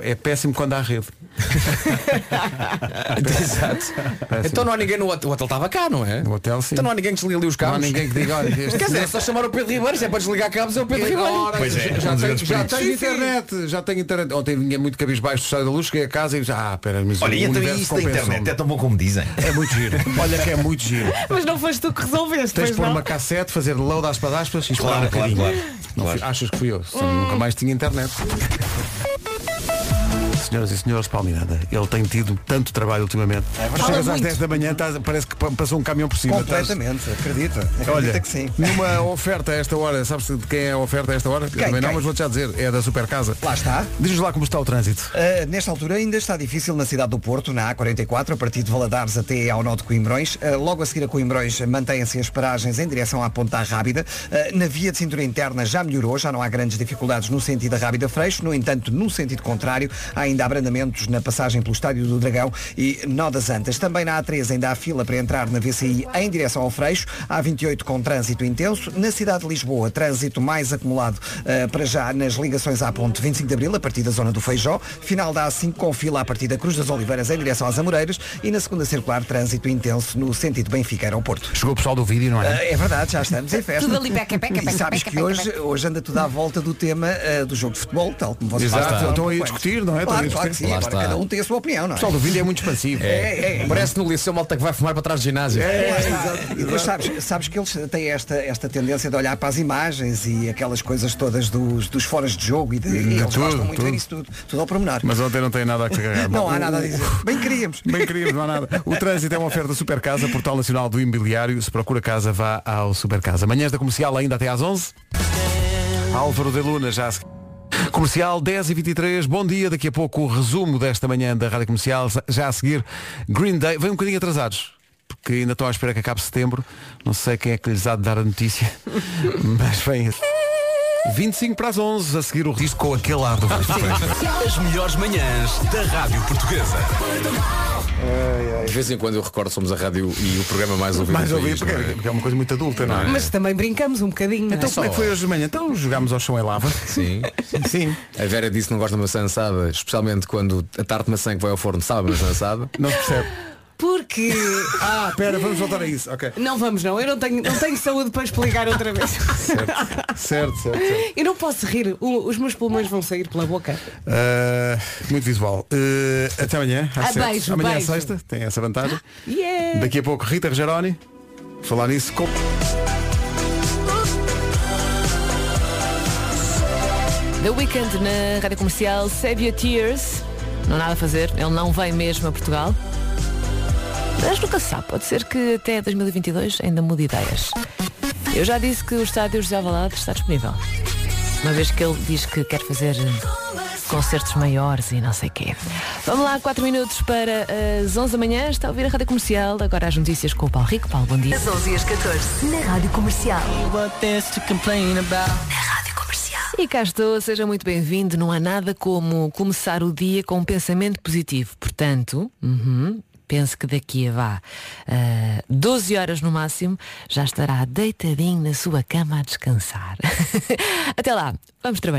é, é péssimo quando há rede. Exato. Então não há ninguém no hotel. O hotel estava cá, não é? É No hotel, sim. Então não há ninguém que desliga ali os Não há cabos. ninguém que diga, olha, este Quer dizer, é só chamar o Pedro Ribeiro, se é para desligar cabos, é o Pedro Ribeiro. Ora, Pois é, já, um dos tenho, grandes já perigos. tenho internet, já tenho internet. Ontem vinha muito cabisbaixo do Estádio da Luz, cheguei a casa e disse, ah, pera, mas Olha, o e então universo isto da internet é compensou-me. tão bom como dizem. É muito giro. Olha que é muito giro. Mas não foste tu que resolveste, Tens de pois pôr não? uma cassete, fazer load às padaspas e esperar Claro, um bocadinho. claro, Não claro. fi- Achas que fui eu? Só Hum. Nunca mais tinha internet. Senhoras e senhores, Paulo Miranda, ele tem tido tanto trabalho ultimamente. É Chegas às muito. 10 da manhã, estás- parece que pa- passou um caminhão por cima. estás- Completamente, acredita. Acredita Olha, que sim. numa oferta a esta hora, sabes de quem é a oferta a esta hora? Eu Também não, quem? mas vou-te já dizer, é da Supercasa. Lá está. Diz-nos lá como está o trânsito. Uh, nesta altura ainda está difícil na cidade do Porto, na A44, a partir de Valadares até ao nó de Coimbrões. Uh, logo a seguir a Coimbrões mantêm-se as paragens em direção à Ponta da Rábida. Uh, na via de cintura interna já melhorou, já não há grandes dificuldades no sentido da Rábida Freixo. No entanto, no sentido contrário, há ainda abrandamentos na passagem pelo Estádio do Dragão e Nó das Antas. Também na A3 ainda há fila para entrar na VCI em direção ao Freixo. Há 28 com trânsito intenso. Na cidade de Lisboa, trânsito mais acumulado eh, para já nas ligações à ponte 25 de Abril, a partir da zona do Feijó. Final da A5 com fila a partir da Cruz das Oliveiras em direção às Amoreiras. E na segunda circular, trânsito intenso no sentido Benfica Aeroporto. Chegou o pessoal do vídeo, não é? Eh, É verdade, já estamos em festa. Tudo ali, peca, peca, peca, E sabes peca, que peca, hoje, hoje anda tudo à volta do tema eh, do jogo de futebol, tal como vocês Exato, falaram há estão pouco aí a antes. discutir, não é? Estão aí Claro, a claro que discutir. sim. Lá Agora está. cada um tem a sua opinião, não O é? pessoal do vídeo é muito expansivo. É, é, é. Parece no liceu malta que vai fumar para trás do ginásio. Lá está. É, E depois sabes, sabes que eles têm esta, esta tendência de olhar para as imagens e aquelas coisas todas dos, dos foras de jogo e, de, Hum, e eles tudo, gostam muito de tudo. ver isso tudo, tudo ao promenor. Mas ontem não tem nada a é, carregar. não Bom, há o- nada a dizer. Bem queríamos. Bem querido, não há nada. O trânsito é uma oferta Supercasa, Portal Nacional do Imobiliário. Se procura casa, vá ao Supercasa. Manhãs da comercial ainda até às 11. Álvaro de Luna já se... Comercial 10 e 23, bom dia. Daqui a pouco o resumo desta manhã da Rádio Comercial. Já a seguir, Green Day. Vem um bocadinho atrasados, porque ainda estão à espera que acabe setembro. Não sei quem é que lhes há de dar a notícia, mas vem. 25 para as 11, a seguir o risco com aquele ar do As melhores manhãs da Rádio Portuguesa. De vez em quando eu recordo somos a rádio e o programa mais ouvido. Mais do ouvido, país, não é? porque porque é uma coisa muito adulta, não é? Mas também brincamos um bocadinho. não é? Então como é que foi hoje de manhã? Então jogámos ao chão em lava. Sim. Sim. A Vera disse que não gosta de maçã assada, especialmente quando a tarte de maçã que vai ao forno sabe a maçã assada. Não se percebe. Porque. Ah, espera, vamos voltar a isso. Ok. Não vamos não, eu não tenho, não tenho saúde para explicar outra vez. Certo, certo, certo. Eu não posso rir, o- os meus pulmões vão sair pela boca. Ah, muito visual. Ah, até amanhã. às Ah, sete. beijo, amanhã beijo. é sexta, tem essa vantagem. Yeah! Daqui a pouco Rita Rogeroni. Falar nisso com. The Weekend na rádio comercial Save Your Tears. Não há nada a fazer, ele não vem mesmo a Portugal. Mas nunca se sabe, pode ser que até 2022 ainda mude ideias. Eu já disse que o estádio José Valado está disponível. Uma vez que ele diz que quer fazer eh, concertos maiores e não sei quê. Vamos lá, 4 minutos para as 11 da manhã. Está a ouvir a rádio comercial. Agora as notícias com o Paulo Rico. Paulo, bom dia. Às 11 e às 14 na Rádio Comercial. Na Rádio Comercial. E cá estou, seja muito bem-vindo. Não há nada como começar o dia com um pensamento positivo. Portanto, uhum, penso que daqui a vá ah, 12 horas no máximo já estará deitadinho na sua cama a descansar. Até lá, vamos trabalhar.